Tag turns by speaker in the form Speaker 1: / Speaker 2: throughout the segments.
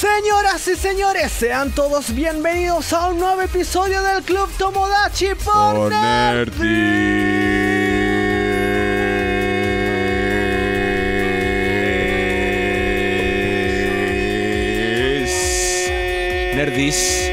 Speaker 1: Señoras y señores, sean todos bienvenidos a un nuevo episodio del Club Tomodachi por
Speaker 2: Nerdis.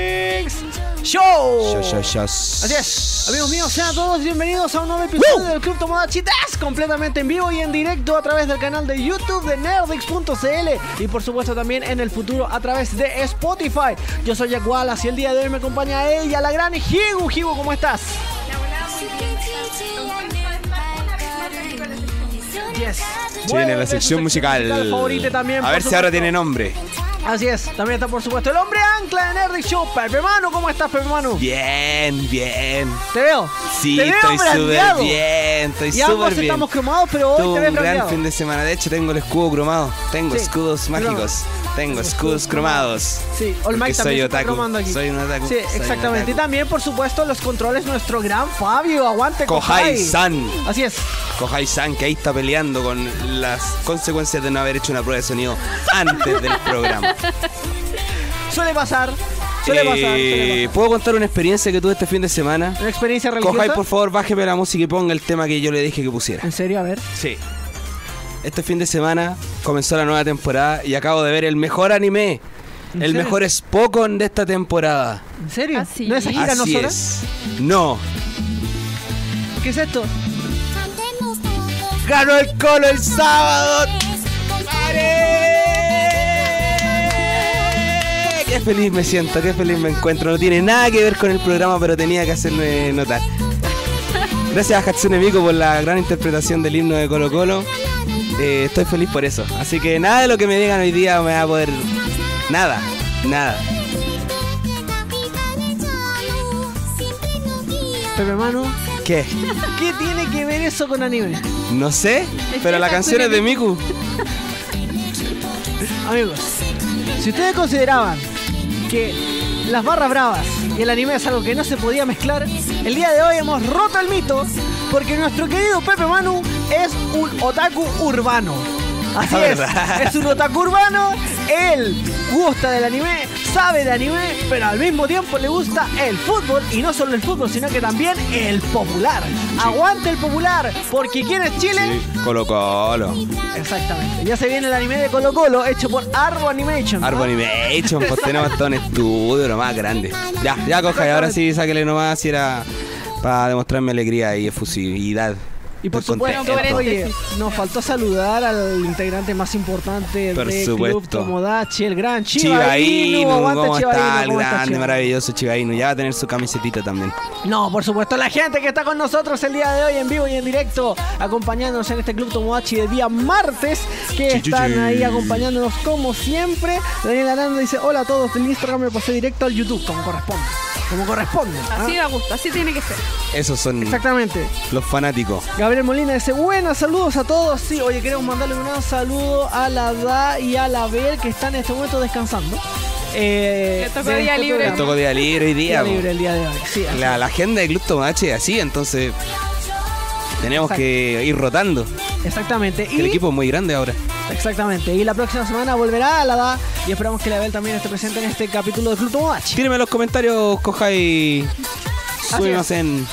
Speaker 1: Show.
Speaker 2: Así
Speaker 1: Así es, amigos míos, sean todos bienvenidos a un nuevo episodio del Club Tomodachi Das, completamente en vivo y en directo a través del canal de YouTube de Nerdix.cl y por supuesto también en el futuro a través de Spotify. Yo soy Jack Wallace y el día de hoy me acompaña ella, la gran Higu. Higu, ¿cómo estás? Yes.
Speaker 2: Se viene la sección musical.
Speaker 1: Favorita también,
Speaker 2: A
Speaker 1: por
Speaker 2: ver si ahora
Speaker 1: supuesto.
Speaker 2: tiene nombre.
Speaker 1: Así es, también está por supuesto el hombre ancla de Nerdix Show. Pepe Manu, ¿cómo estás, Pepe Manu?
Speaker 2: Bien, bien.
Speaker 1: Te veo.
Speaker 2: Sí,
Speaker 1: te veo
Speaker 2: estoy súper
Speaker 1: brandeado.
Speaker 2: bien. Estoy
Speaker 1: Y
Speaker 2: súper
Speaker 1: ambos
Speaker 2: bien.
Speaker 1: estamos cromados, pero hoy
Speaker 2: Tuve
Speaker 1: te ves
Speaker 2: un gran
Speaker 1: brandeado.
Speaker 2: fin de semana. De hecho, tengo el escudo cromado. Tengo
Speaker 1: Sí,
Speaker 2: escudos
Speaker 1: cromado.
Speaker 2: mágicos. Tengo escudos cromados.
Speaker 1: Sí, All
Speaker 2: Porque
Speaker 1: Might también
Speaker 2: soy
Speaker 1: se está
Speaker 2: otaku.
Speaker 1: cromando aquí.
Speaker 2: Soy un otaku.
Speaker 1: Sí,
Speaker 2: soy un
Speaker 1: exactamente. Y
Speaker 2: otaku.
Speaker 1: también, por supuesto, los controles nuestro gran Fabio. Aguante, Kohai.
Speaker 2: Kohai-san.
Speaker 1: Así es.
Speaker 2: Kohai-san, que ahí está peleando con las consecuencias de no haber hecho una prueba de sonido antes del programa.
Speaker 1: Suele pasar. Suele pasar. Suele
Speaker 2: Eh, ¿Puedo contar una experiencia que tuve este fin de semana?
Speaker 1: pasar. Una experiencia religiosa.
Speaker 2: Kohai, por favor, bájeme la música y ponga el tema que yo le dije que pusiera.
Speaker 1: En serio, a ver.
Speaker 2: Sí. Este fin de semana comenzó la nueva temporada y acabo de ver el mejor anime,
Speaker 1: ¿En
Speaker 2: el
Speaker 1: serio?
Speaker 2: mejor Spokon de esta temporada.
Speaker 1: ¿En serio?
Speaker 3: Ah, sí.
Speaker 1: ¿No es Akira
Speaker 2: Así
Speaker 1: Nozora?
Speaker 2: es. No.
Speaker 1: ¿Qué es esto?
Speaker 2: Ganó el Colo el sábado. Qué feliz me siento, qué feliz me encuentro. No tiene nada que ver con el programa, pero tenía que hacerme notar. Gracias a Hatsune Miku por la gran interpretación del himno de Colo Colo. Eh, estoy feliz por eso. Así que nada de lo que me digan hoy día me va a poder... Nada, nada.
Speaker 1: Pepe Manu.
Speaker 2: ¿Qué?
Speaker 1: ¿Qué tiene que ver eso con anime?
Speaker 2: No sé, pero la canción es de Miku.
Speaker 1: Amigos, si ustedes consideraban que las barras bravas y el anime es algo que no se podía mezclar, el día de hoy hemos roto el mito porque nuestro querido Pepe Manu es un otaku urbano. Así
Speaker 2: La
Speaker 1: es,
Speaker 2: verdad.
Speaker 1: es un otaku urbano, él gusta del anime, sabe de anime, pero al mismo tiempo le gusta el fútbol y no solo el fútbol, sino que también el popular. Aguante el popular, porque ¿quién es Chile?
Speaker 2: Colo Colo.
Speaker 1: Exactamente. Ya se viene el anime de Colo Colo, hecho por Arbo Animation. ¿no?
Speaker 2: Arbon Animation, pues tenemos todo un estudio, lo más grande. Ya, ya coja, y ahora sí sáquele nomás si era para demostrarme alegría y efusividad.
Speaker 1: Y por
Speaker 2: Estoy
Speaker 1: supuesto,
Speaker 2: contento.
Speaker 1: oye, nos faltó saludar al integrante más importante
Speaker 2: Por
Speaker 1: del Club
Speaker 2: supuesto.
Speaker 1: Tomodachi, el gran Chiba
Speaker 2: Chivaínu,
Speaker 1: Inu. Aguante,
Speaker 2: ¿cómo
Speaker 1: Chiba
Speaker 2: está?
Speaker 1: Inu,
Speaker 2: El
Speaker 1: ¿cómo estás,
Speaker 2: grande,
Speaker 1: Chiba?
Speaker 2: maravilloso Chivaínu. Ya va a tener su camisetita también.
Speaker 1: No, por supuesto, la gente que está con nosotros el día de hoy en vivo y en directo, acompañándonos en este Club Tomodachi de día martes, que
Speaker 2: Chi, chi,
Speaker 1: están
Speaker 2: chi.
Speaker 1: ahí acompañándonos como siempre. Daniel Aranda dice, hola a todos del Instagram, me pasé directo al YouTube, como corresponde. Como corresponde. ¿ah?
Speaker 3: Así me gusta, así tiene que ser.
Speaker 2: Esos son
Speaker 1: Exactamente.
Speaker 2: los fanáticos.
Speaker 1: Gabriel Molina dice, buenas, saludos a todos. Sí, oye, queremos mandarle un gran saludo a la DA y a la Bel que están en este momento descansando. Eh,
Speaker 3: Les tocó
Speaker 1: de
Speaker 3: día
Speaker 1: este
Speaker 3: libre.
Speaker 2: Les
Speaker 1: programa.
Speaker 2: tocó día libre hoy
Speaker 1: Día
Speaker 2: día. po.
Speaker 1: libre el día de hoy. Sí, así.
Speaker 2: La, la agenda de Club Tomodachi es así, entonces tenemos
Speaker 1: Exacto.
Speaker 2: que ir rotando.
Speaker 1: exactamente.
Speaker 2: El
Speaker 1: Y,
Speaker 2: equipo es muy grande ahora.
Speaker 1: Exactamente. Y la próxima semana volverá a la DA y esperamos que la Bel también esté presente en este capítulo de Club Tomodachi.
Speaker 2: Tíreme los comentarios, coja y...
Speaker 1: es.
Speaker 2: Subimos en...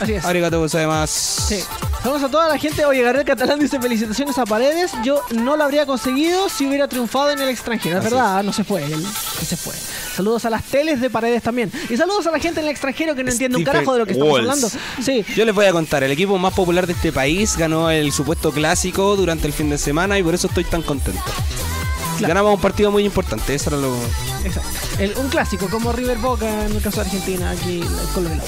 Speaker 1: Así es.
Speaker 2: Arigato además.
Speaker 1: Sí. Saludos a toda la gente. Oye, Gabriel Catalán dice felicitaciones a Paredes. Yo no lo habría conseguido si hubiera triunfado en el extranjero. Es
Speaker 2: Así
Speaker 1: verdad, no se fue. Él no se fue. Saludos a las teles de Paredes también. Y saludos a la gente en el extranjero que no entiende un
Speaker 2: Stephen
Speaker 1: carajo de lo que estamos
Speaker 2: Walls.
Speaker 1: hablando. Sí.
Speaker 2: Yo les voy a contar, el equipo más popular de este país ganó el supuesto clásico durante el fin de semana y por eso estoy tan contento.
Speaker 1: Claro.
Speaker 2: Ganamos un partido muy importante, eso era lo...
Speaker 1: Exacto. El- un clásico como River Boca en el caso de Argentina, aquí el Colo Colo.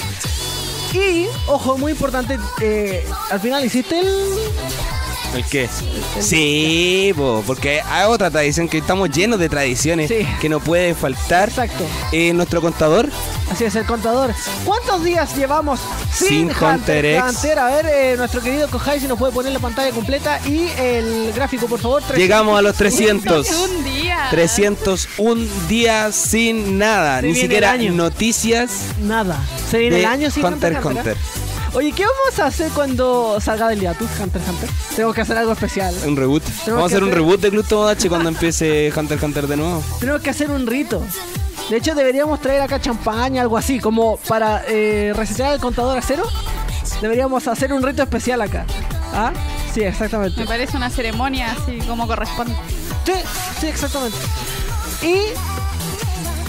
Speaker 1: Y, ojo, muy importante, eh, al final hiciste el...
Speaker 2: ¿El qué? Sí, po, porque hay otra tradición que estamos llenos de tradiciones
Speaker 1: Sí.
Speaker 2: que no puede faltar.
Speaker 1: Exacto.
Speaker 2: Eh, nuestro contador,
Speaker 1: Así es, el contador. ¿Cuántos días llevamos sin,
Speaker 2: Sin Hunter
Speaker 1: Hunter,
Speaker 2: X?
Speaker 1: Hunter? A ver, eh, nuestro querido Kohai, si nos puede poner la pantalla completa y el gráfico, por favor. Tres-
Speaker 2: llegamos a los 300.
Speaker 3: Un día. ¿eh?
Speaker 2: 301 días sin nada,
Speaker 1: Se
Speaker 2: ni
Speaker 1: viene el
Speaker 2: siquiera
Speaker 1: año.
Speaker 2: noticias
Speaker 1: Nada. Se viene
Speaker 2: de
Speaker 1: el año sin
Speaker 2: Hunter
Speaker 1: Hunter.
Speaker 2: Hunter.
Speaker 1: ¿eh? Oye, ¿qué vamos a hacer cuando salga del hiatus Hunter x Hunter? Tengo que hacer algo especial.
Speaker 2: Un reboot. Vamos a hacer un reboot de Club Tomodachi cuando empiece Hunter x Hunter de nuevo.
Speaker 1: Tenemos que hacer un rito. De hecho, deberíamos traer acá champaña, algo así, como para eh, resetear el contador a cero. Deberíamos hacer un rito especial acá. ¿Ah? Sí, exactamente.
Speaker 3: Me parece una ceremonia así como corresponde.
Speaker 1: Sí, sí, exactamente. Y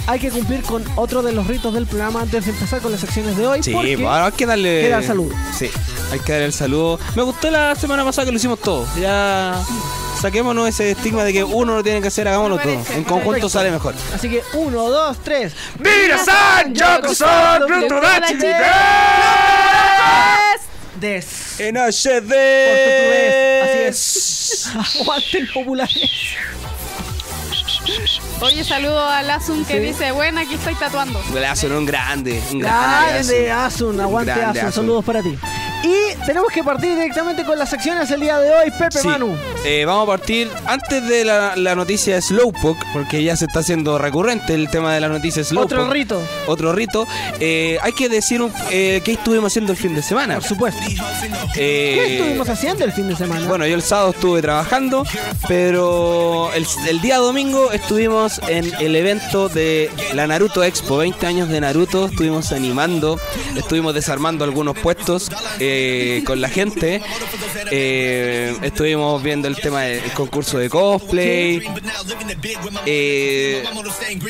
Speaker 1: hay que cumplir con otro de los ritos del programa antes de empezar con las secciones de hoy.
Speaker 2: Sí,
Speaker 1: porque
Speaker 2: pues ahora hay que darle.
Speaker 1: Queda el saludo.
Speaker 2: Sí, hay que darle el saludo. Me gustó la semana pasada que lo hicimos todo. Ya saquémonos ese estigma de que uno lo tiene que hacer, hagámoslo
Speaker 3: Me
Speaker 2: todo.
Speaker 3: parece,
Speaker 2: En conjunto
Speaker 1: perfecto.
Speaker 2: sale mejor.
Speaker 1: Así que uno, dos, tres.
Speaker 2: San,
Speaker 1: Yokosan, Club Tomodachi de-
Speaker 2: ¡Ah!
Speaker 1: Des.
Speaker 2: En
Speaker 1: Portugués,
Speaker 2: HD.
Speaker 1: así Aguanten populares.
Speaker 3: Oye, saludo a Lazum que
Speaker 1: Sí.
Speaker 3: dice, bueno, aquí estoy tatuando.
Speaker 2: Golazo, ¿no? un grande. Un
Speaker 1: Grande
Speaker 2: grande. Asun.
Speaker 1: Asun, aguante
Speaker 2: Grande,
Speaker 1: Asun,
Speaker 2: Asun.
Speaker 1: saludos para ti. Y tenemos que partir directamente con las secciones el día de hoy, Pepe
Speaker 2: Sí.
Speaker 1: Este, Manu.
Speaker 2: Eh, vamos a partir antes de la, la noticia de Slowpoke, porque ya se está haciendo recurrente el tema de la noticia de Slowpoke.
Speaker 1: Otro rito.
Speaker 2: Otro rito. Eh, hay que decir un- eh, qué estuvimos haciendo el fin de semana.
Speaker 1: Por supuesto.
Speaker 2: Eh,
Speaker 1: ¿Qué estuvimos haciendo el fin de semana?
Speaker 2: Bueno, yo el sábado estuve trabajando, pero el, el día domingo estuvimos en el evento de la Naruto Expo, 20 años de Naruto, estuvimos animando, estuvimos desarmando algunos puestos eh, con la gente, eh, estuvimos viendo el tema del concurso de cosplay, eh,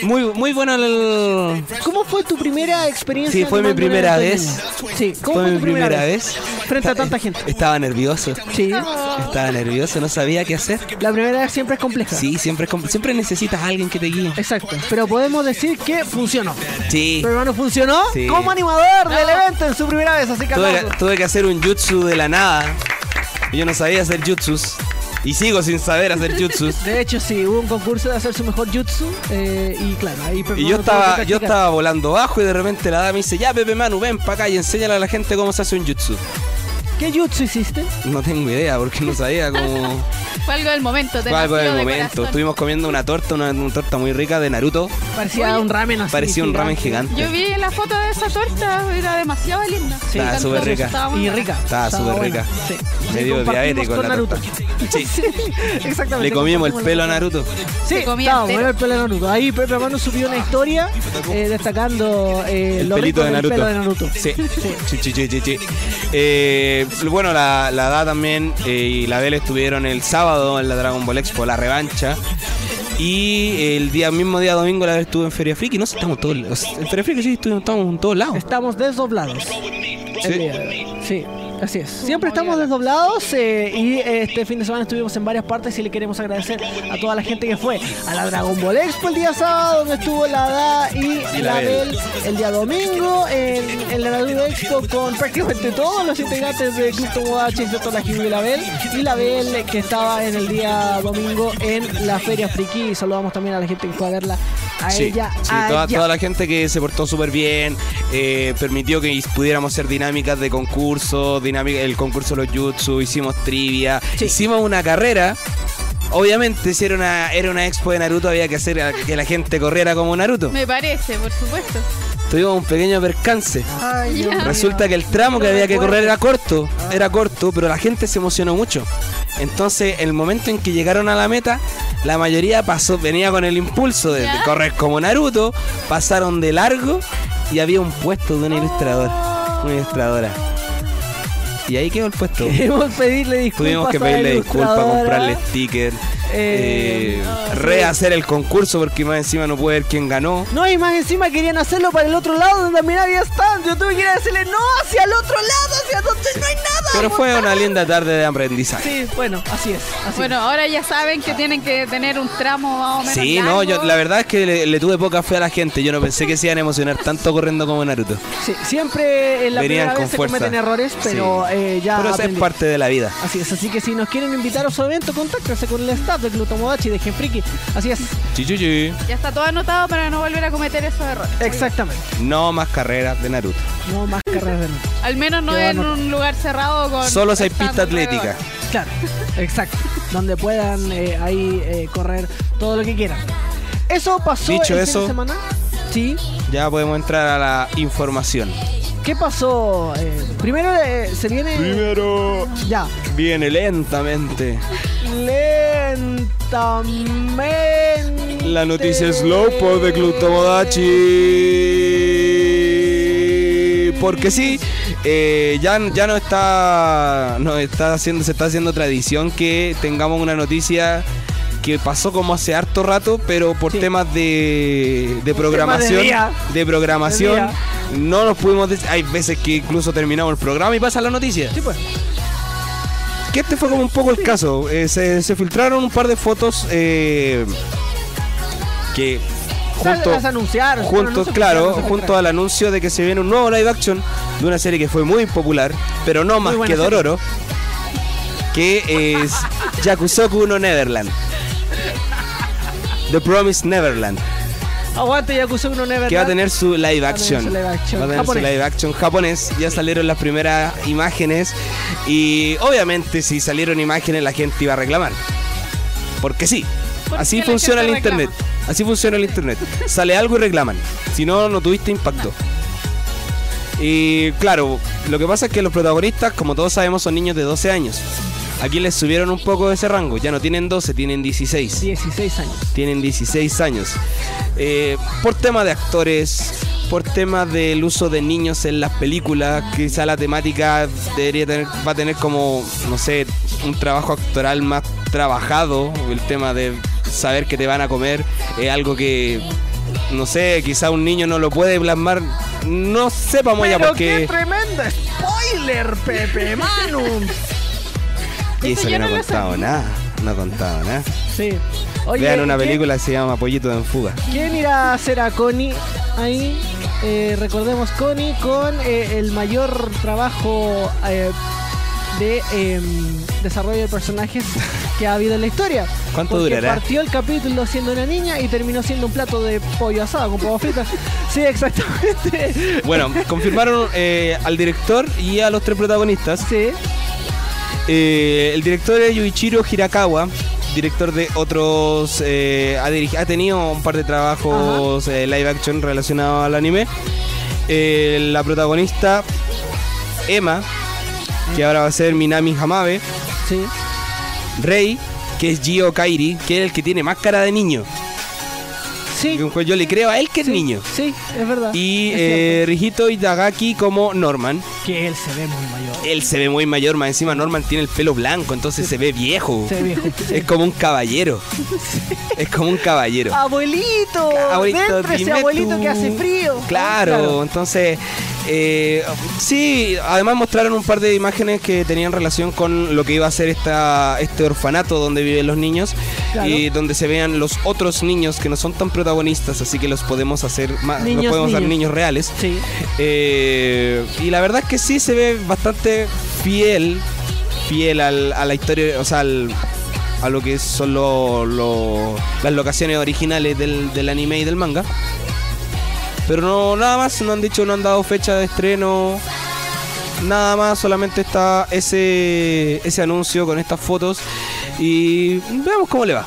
Speaker 2: muy, muy bueno el,
Speaker 1: ¿Cómo fue tu primera experiencia?
Speaker 2: Sí, fue mi
Speaker 1: animando un
Speaker 2: primera
Speaker 1: evento
Speaker 2: vez.
Speaker 1: en vivo? este Sí, ¿cómo fue,
Speaker 2: fue mi
Speaker 1: tu primera,
Speaker 2: primera
Speaker 1: vez?
Speaker 2: vez.
Speaker 1: Frente a tanta
Speaker 2: Eh,
Speaker 1: gente.
Speaker 2: Estaba nervioso,
Speaker 1: Sí,
Speaker 2: estaba nervioso, no sabía qué hacer.
Speaker 1: la primera vez siempre es compleja.
Speaker 2: Sí, siempre, es compl- siempre necesitas a alguien que te guíe.
Speaker 1: Exacto, pero podemos decir que funcionó.
Speaker 2: Sí.
Speaker 1: Pero hermano funcionó
Speaker 2: Sí.
Speaker 1: como animador del evento en su primera vez, así que
Speaker 2: Tuve
Speaker 1: aplausos.
Speaker 2: que, tuve que hacer un jutsu de la nada. Yo no sabía hacer jutsus. Y sigo sin saber hacer jutsus.
Speaker 1: De hecho, sí, hubo un concurso de hacer su mejor jutsu eh, y claro, ahí Pepe
Speaker 2: Y yo
Speaker 1: Manu tuvo que
Speaker 2: estaba, yo
Speaker 1: practicar.
Speaker 2: estaba volando bajo y de repente la dama me dice, ya Pepe Manu, ven para acá y enséñale a la gente cómo se hace un jutsu.
Speaker 1: ¿Qué jutsu hiciste?
Speaker 2: No tengo idea porque no sabía cómo...
Speaker 3: Fue algo del momento, te
Speaker 2: Algo del
Speaker 3: nació de
Speaker 2: momento.
Speaker 3: corazón.
Speaker 2: Estuvimos comiendo una torta, una, una torta muy rica de Naruto.
Speaker 1: Parecía
Speaker 3: Oye,
Speaker 1: un ramen así.
Speaker 2: Parecía un ramen gigante.
Speaker 3: Yo vi la foto de esa torta, era demasiado linda.
Speaker 1: Sí,
Speaker 2: Estaba
Speaker 3: Tanto
Speaker 2: súper
Speaker 3: que
Speaker 2: rica.
Speaker 3: estábamos-
Speaker 1: Y rica.
Speaker 2: Estaba súper
Speaker 1: buena,
Speaker 2: rica.
Speaker 1: Sí. Sí,
Speaker 2: Me dio
Speaker 1: compartimos
Speaker 2: diabetes con la
Speaker 1: Naruto.
Speaker 2: Sí.
Speaker 1: Sí, exactamente.
Speaker 2: Le comimos el
Speaker 1: compartimos
Speaker 2: pelo a
Speaker 1: la-
Speaker 2: Naruto.
Speaker 1: Sí,
Speaker 3: Le comí
Speaker 1: estaba
Speaker 3: entero.
Speaker 1: bueno el pelo de Naruto. Ahí Pepe Manu subió una historia eh, destacando eh,
Speaker 2: El
Speaker 1: lo rico
Speaker 2: pelito de
Speaker 1: del
Speaker 2: Naruto.
Speaker 1: pelo de Naruto.
Speaker 2: Sí. Sí, sí, sí, sí, sí. Eh, bueno, la, la DA también eh, y la Bel estuvieron el sábado en la Dragon Ball Expo, la revancha. Y el día mismo día domingo la Bel estuvo en Feria Friki. No sé, estamos todos. o sea, En Feria Friki sí, estuvimos, estamos en todos lados.
Speaker 1: Estamos desdoblados.
Speaker 2: Sí.
Speaker 1: El día de hoy. Sí, así es. Siempre estamos desdoblados eh, y eh, este fin de semana estuvimos en varias partes y le queremos agradecer a toda la gente que fue a la Dragon Ball Expo el día sábado, donde estuvo la DA y,
Speaker 2: Y
Speaker 1: la
Speaker 2: la Bel.
Speaker 1: Bel el día domingo, en, en la Naruto Expo con prácticamente todos los integrantes de Club Tomodachi, excepto la Kiwi y la Bel, y la Bel eh, que estaba en el día domingo en la Feria Friki. Y saludamos también a la gente que fue a verla. A
Speaker 2: Sí,
Speaker 1: ella,
Speaker 2: sí, toda,
Speaker 1: allá.
Speaker 2: toda la gente que se portó súper bien, eh, permitió que pudiéramos hacer dinámicas de concurso, dinámica, el concurso de los jutsu, hicimos trivia,
Speaker 1: Sí.
Speaker 2: hicimos una carrera. Obviamente, si era una, era una expo de Naruto, había que hacer a- que la gente corriera como Naruto.
Speaker 3: Me parece, por supuesto.
Speaker 2: Ah, Tuvimos un pequeño percance.
Speaker 1: Ay, Dios mío.
Speaker 2: Resulta que el tramo que
Speaker 1: Lo
Speaker 2: había que
Speaker 1: recuerdo.
Speaker 2: correr era corto, era corto, pero la gente se emocionó mucho. Entonces, el momento en que llegaron a la meta, la mayoría pasó, venía con el impulso de, de
Speaker 3: Ya.
Speaker 2: correr como Naruto, pasaron de largo y había un puesto
Speaker 1: Ah.
Speaker 2: de un ilustrador, una ilustradora. Y ahí quedó el puesto.
Speaker 1: Queremos pedirle disculpas.
Speaker 2: Tuvimos que
Speaker 1: a la
Speaker 2: pedirle disculpas,
Speaker 1: ilustradora.
Speaker 2: comprarle stickers,
Speaker 1: Eh,
Speaker 2: eh, rehacer el concurso porque más encima no puede ver quién ganó.
Speaker 1: No, y más encima querían hacerlo para el otro lado donde también había stand. Yo tuve que ir a decirle no hacia el otro lado, hacia donde no hay nada.
Speaker 2: Pero fue una linda tarde de aprendizaje.
Speaker 1: Sí, bueno, así es. Así
Speaker 3: Bueno,
Speaker 1: es.
Speaker 3: ahora ya saben que tienen que tener un tramo más o menos.
Speaker 2: Sí, no, yo, la verdad es que le, le tuve poca fe a la gente. Yo no pensé que se iban a emocionar tanto corriendo como Naruto.
Speaker 1: Sí, siempre en la
Speaker 2: Venían
Speaker 1: primera
Speaker 2: con
Speaker 1: vez se
Speaker 2: fuerza.
Speaker 1: cometen errores, pero
Speaker 2: Sí.
Speaker 1: eh, ya.
Speaker 2: Pero eso es
Speaker 1: aprendí.
Speaker 2: parte de la vida.
Speaker 1: Así es, así que si nos quieren invitar a su evento, contáctense con el staff de Glutomodachi de Genfriki. Así es,
Speaker 2: Chichuchi.
Speaker 3: Ya está todo anotado para no volver a cometer esos errores.
Speaker 1: exactamente.
Speaker 2: No más carreras de Naruto.
Speaker 1: No más carreras de noche.
Speaker 3: Al menos no
Speaker 1: Quedó
Speaker 3: en
Speaker 1: anotado.
Speaker 3: un lugar cerrado con.
Speaker 2: Solo seis
Speaker 3: stand
Speaker 2: pistas
Speaker 3: alrededor.
Speaker 2: atléticas.
Speaker 1: Claro, exacto. Donde puedan eh, ahí eh, correr todo lo que quieran. Eso pasó
Speaker 2: Dicho
Speaker 1: el fin
Speaker 2: eso-
Speaker 1: de semana. Sí.
Speaker 2: Ya podemos entrar a la información.
Speaker 1: ¿Qué pasó? Eh, primero eh, se viene.
Speaker 2: Primero
Speaker 1: Ya.
Speaker 2: viene lentamente.
Speaker 1: Lentamente.
Speaker 2: La noticia es Slowpoke de Club Tomodachi. Porque sí, eh, ya, ya no está. No está haciendo. Se está haciendo tradición que tengamos una noticia que pasó como hace harto rato, pero por
Speaker 1: Sí.
Speaker 2: temas de, de
Speaker 1: tema
Speaker 2: programación.
Speaker 1: de día.
Speaker 2: de programación.
Speaker 1: De día.
Speaker 2: No nos pudimos. des- Hay veces que incluso terminamos el programa y pasa la noticia.
Speaker 1: Sí, pues.
Speaker 2: Que este fue como un poco el caso. Eh, se, se filtraron un par de fotos eh, que junto,
Speaker 1: Las anunciaron.
Speaker 2: junto-
Speaker 1: pero no se
Speaker 2: claro,
Speaker 1: filtraron, no se
Speaker 2: junto al anuncio de que se viene un nuevo live action de una serie que fue muy popular, pero no más
Speaker 1: buena
Speaker 2: que
Speaker 1: serie.
Speaker 2: Dororo, que es Yakusoku no Neverland. The Promised Neverland,
Speaker 1: filtraron. Aguante Yakuza Uno Never.
Speaker 2: que va a
Speaker 1: Land.
Speaker 2: tener su live
Speaker 1: a tener su
Speaker 2: action.
Speaker 1: live action
Speaker 2: Va a tener su
Speaker 1: japonés.
Speaker 2: live action japonés. Ya salieron las primeras imágenes. Y obviamente, si salieron imágenes, la gente iba a reclamar. Porque sí.
Speaker 3: Porque
Speaker 2: Así
Speaker 3: la
Speaker 2: funciona el
Speaker 3: gente reclama.
Speaker 2: internet. Así funciona el internet. Sale algo y reclaman. Si no, no tuviste impacto. Y claro, lo que pasa es que los protagonistas, como todos sabemos, son niños de 12 años. Aquí les subieron un poco de ese rango. Ya no tienen 12, tienen 16
Speaker 1: 16 años.
Speaker 2: tienen 16 años. Eh, por tema de actores, por tema del uso de niños en las películas, quizá la temática debería tener, va a tener como, no sé, un trabajo actoral más trabajado, el tema de saber que te van a comer, es algo que, no sé, quizá un niño no lo puede plasmar, no sepamos ya
Speaker 1: Pero
Speaker 2: porque...
Speaker 1: qué tremendo spoiler, Pepe Manu.
Speaker 2: Y
Speaker 3: Eso
Speaker 2: eso que
Speaker 3: yo
Speaker 2: no ha
Speaker 3: no lo
Speaker 2: contado
Speaker 3: sabía.
Speaker 2: nada, no ha contado nada.
Speaker 1: Sí. Oye,
Speaker 2: Vean una
Speaker 1: ¿y qué-
Speaker 2: película que se llama Pollito en Fuga.
Speaker 1: ¿Quién irá a hacer a Connie ahí? Eh, recordemos Connie con eh, el mayor trabajo eh, de em, desarrollo de personajes que ha habido en la historia.
Speaker 2: ¿Cuánto
Speaker 1: Porque
Speaker 2: durará?
Speaker 1: Partió el capítulo siendo una niña y terminó siendo un plato de pollo asado con papas fritas. Sí, exactamente.
Speaker 2: Bueno, confirmaron eh, al director y a los tres protagonistas.
Speaker 1: Sí.
Speaker 2: Eh, el director es Yuichiro Hirakawa, director de otros. eh, ha, dirigi- ha tenido un par de trabajos eh, live action relacionados al anime. Eh, la protagonista, Emma,
Speaker 1: Mm.
Speaker 2: que ahora va a ser Minami Hamabe.
Speaker 1: Sí.
Speaker 2: Rei, que es Gio Kairi, que es el que tiene más cara de niño.
Speaker 1: Sí.
Speaker 2: Yo le creo a él que es niño.
Speaker 1: Sí, es verdad.
Speaker 2: Y
Speaker 1: Es
Speaker 2: eh, Rijito Itagaki como Norman.
Speaker 1: cierto. que él se ve muy mayor.
Speaker 2: Él se ve muy mayor, más encima Norman tiene el pelo blanco, entonces se ve viejo.
Speaker 1: Se ve viejo.
Speaker 2: Es como un caballero. Es como un caballero.
Speaker 1: Abuelito,
Speaker 2: Abuelito,
Speaker 1: Ah, oh, dentro ese
Speaker 2: dime
Speaker 1: abuelito
Speaker 2: tú.
Speaker 1: que hace frío. Ah,
Speaker 2: Claro, entonces. eh, sí, además mostraron un par de imágenes que tenían relación con lo que iba a ser esta, este orfanato donde viven los niños
Speaker 1: Claro.
Speaker 2: y donde se vean los otros niños que no son tan protagonistas, así que los podemos hacer más, los
Speaker 1: Niños,
Speaker 2: podemos dar
Speaker 1: niños.
Speaker 2: niños reales.
Speaker 1: Sí.
Speaker 2: Eh, y la verdad es que sí se ve bastante fiel, fiel al- a la historia, o sea, al- a lo que son lo- lo- las locaciones originales del, del anime y del manga. Pero no, nada más, no han dicho, no han dado fecha de estreno. Nada más, solamente está ese, ese anuncio con estas fotos. Y veamos cómo le va.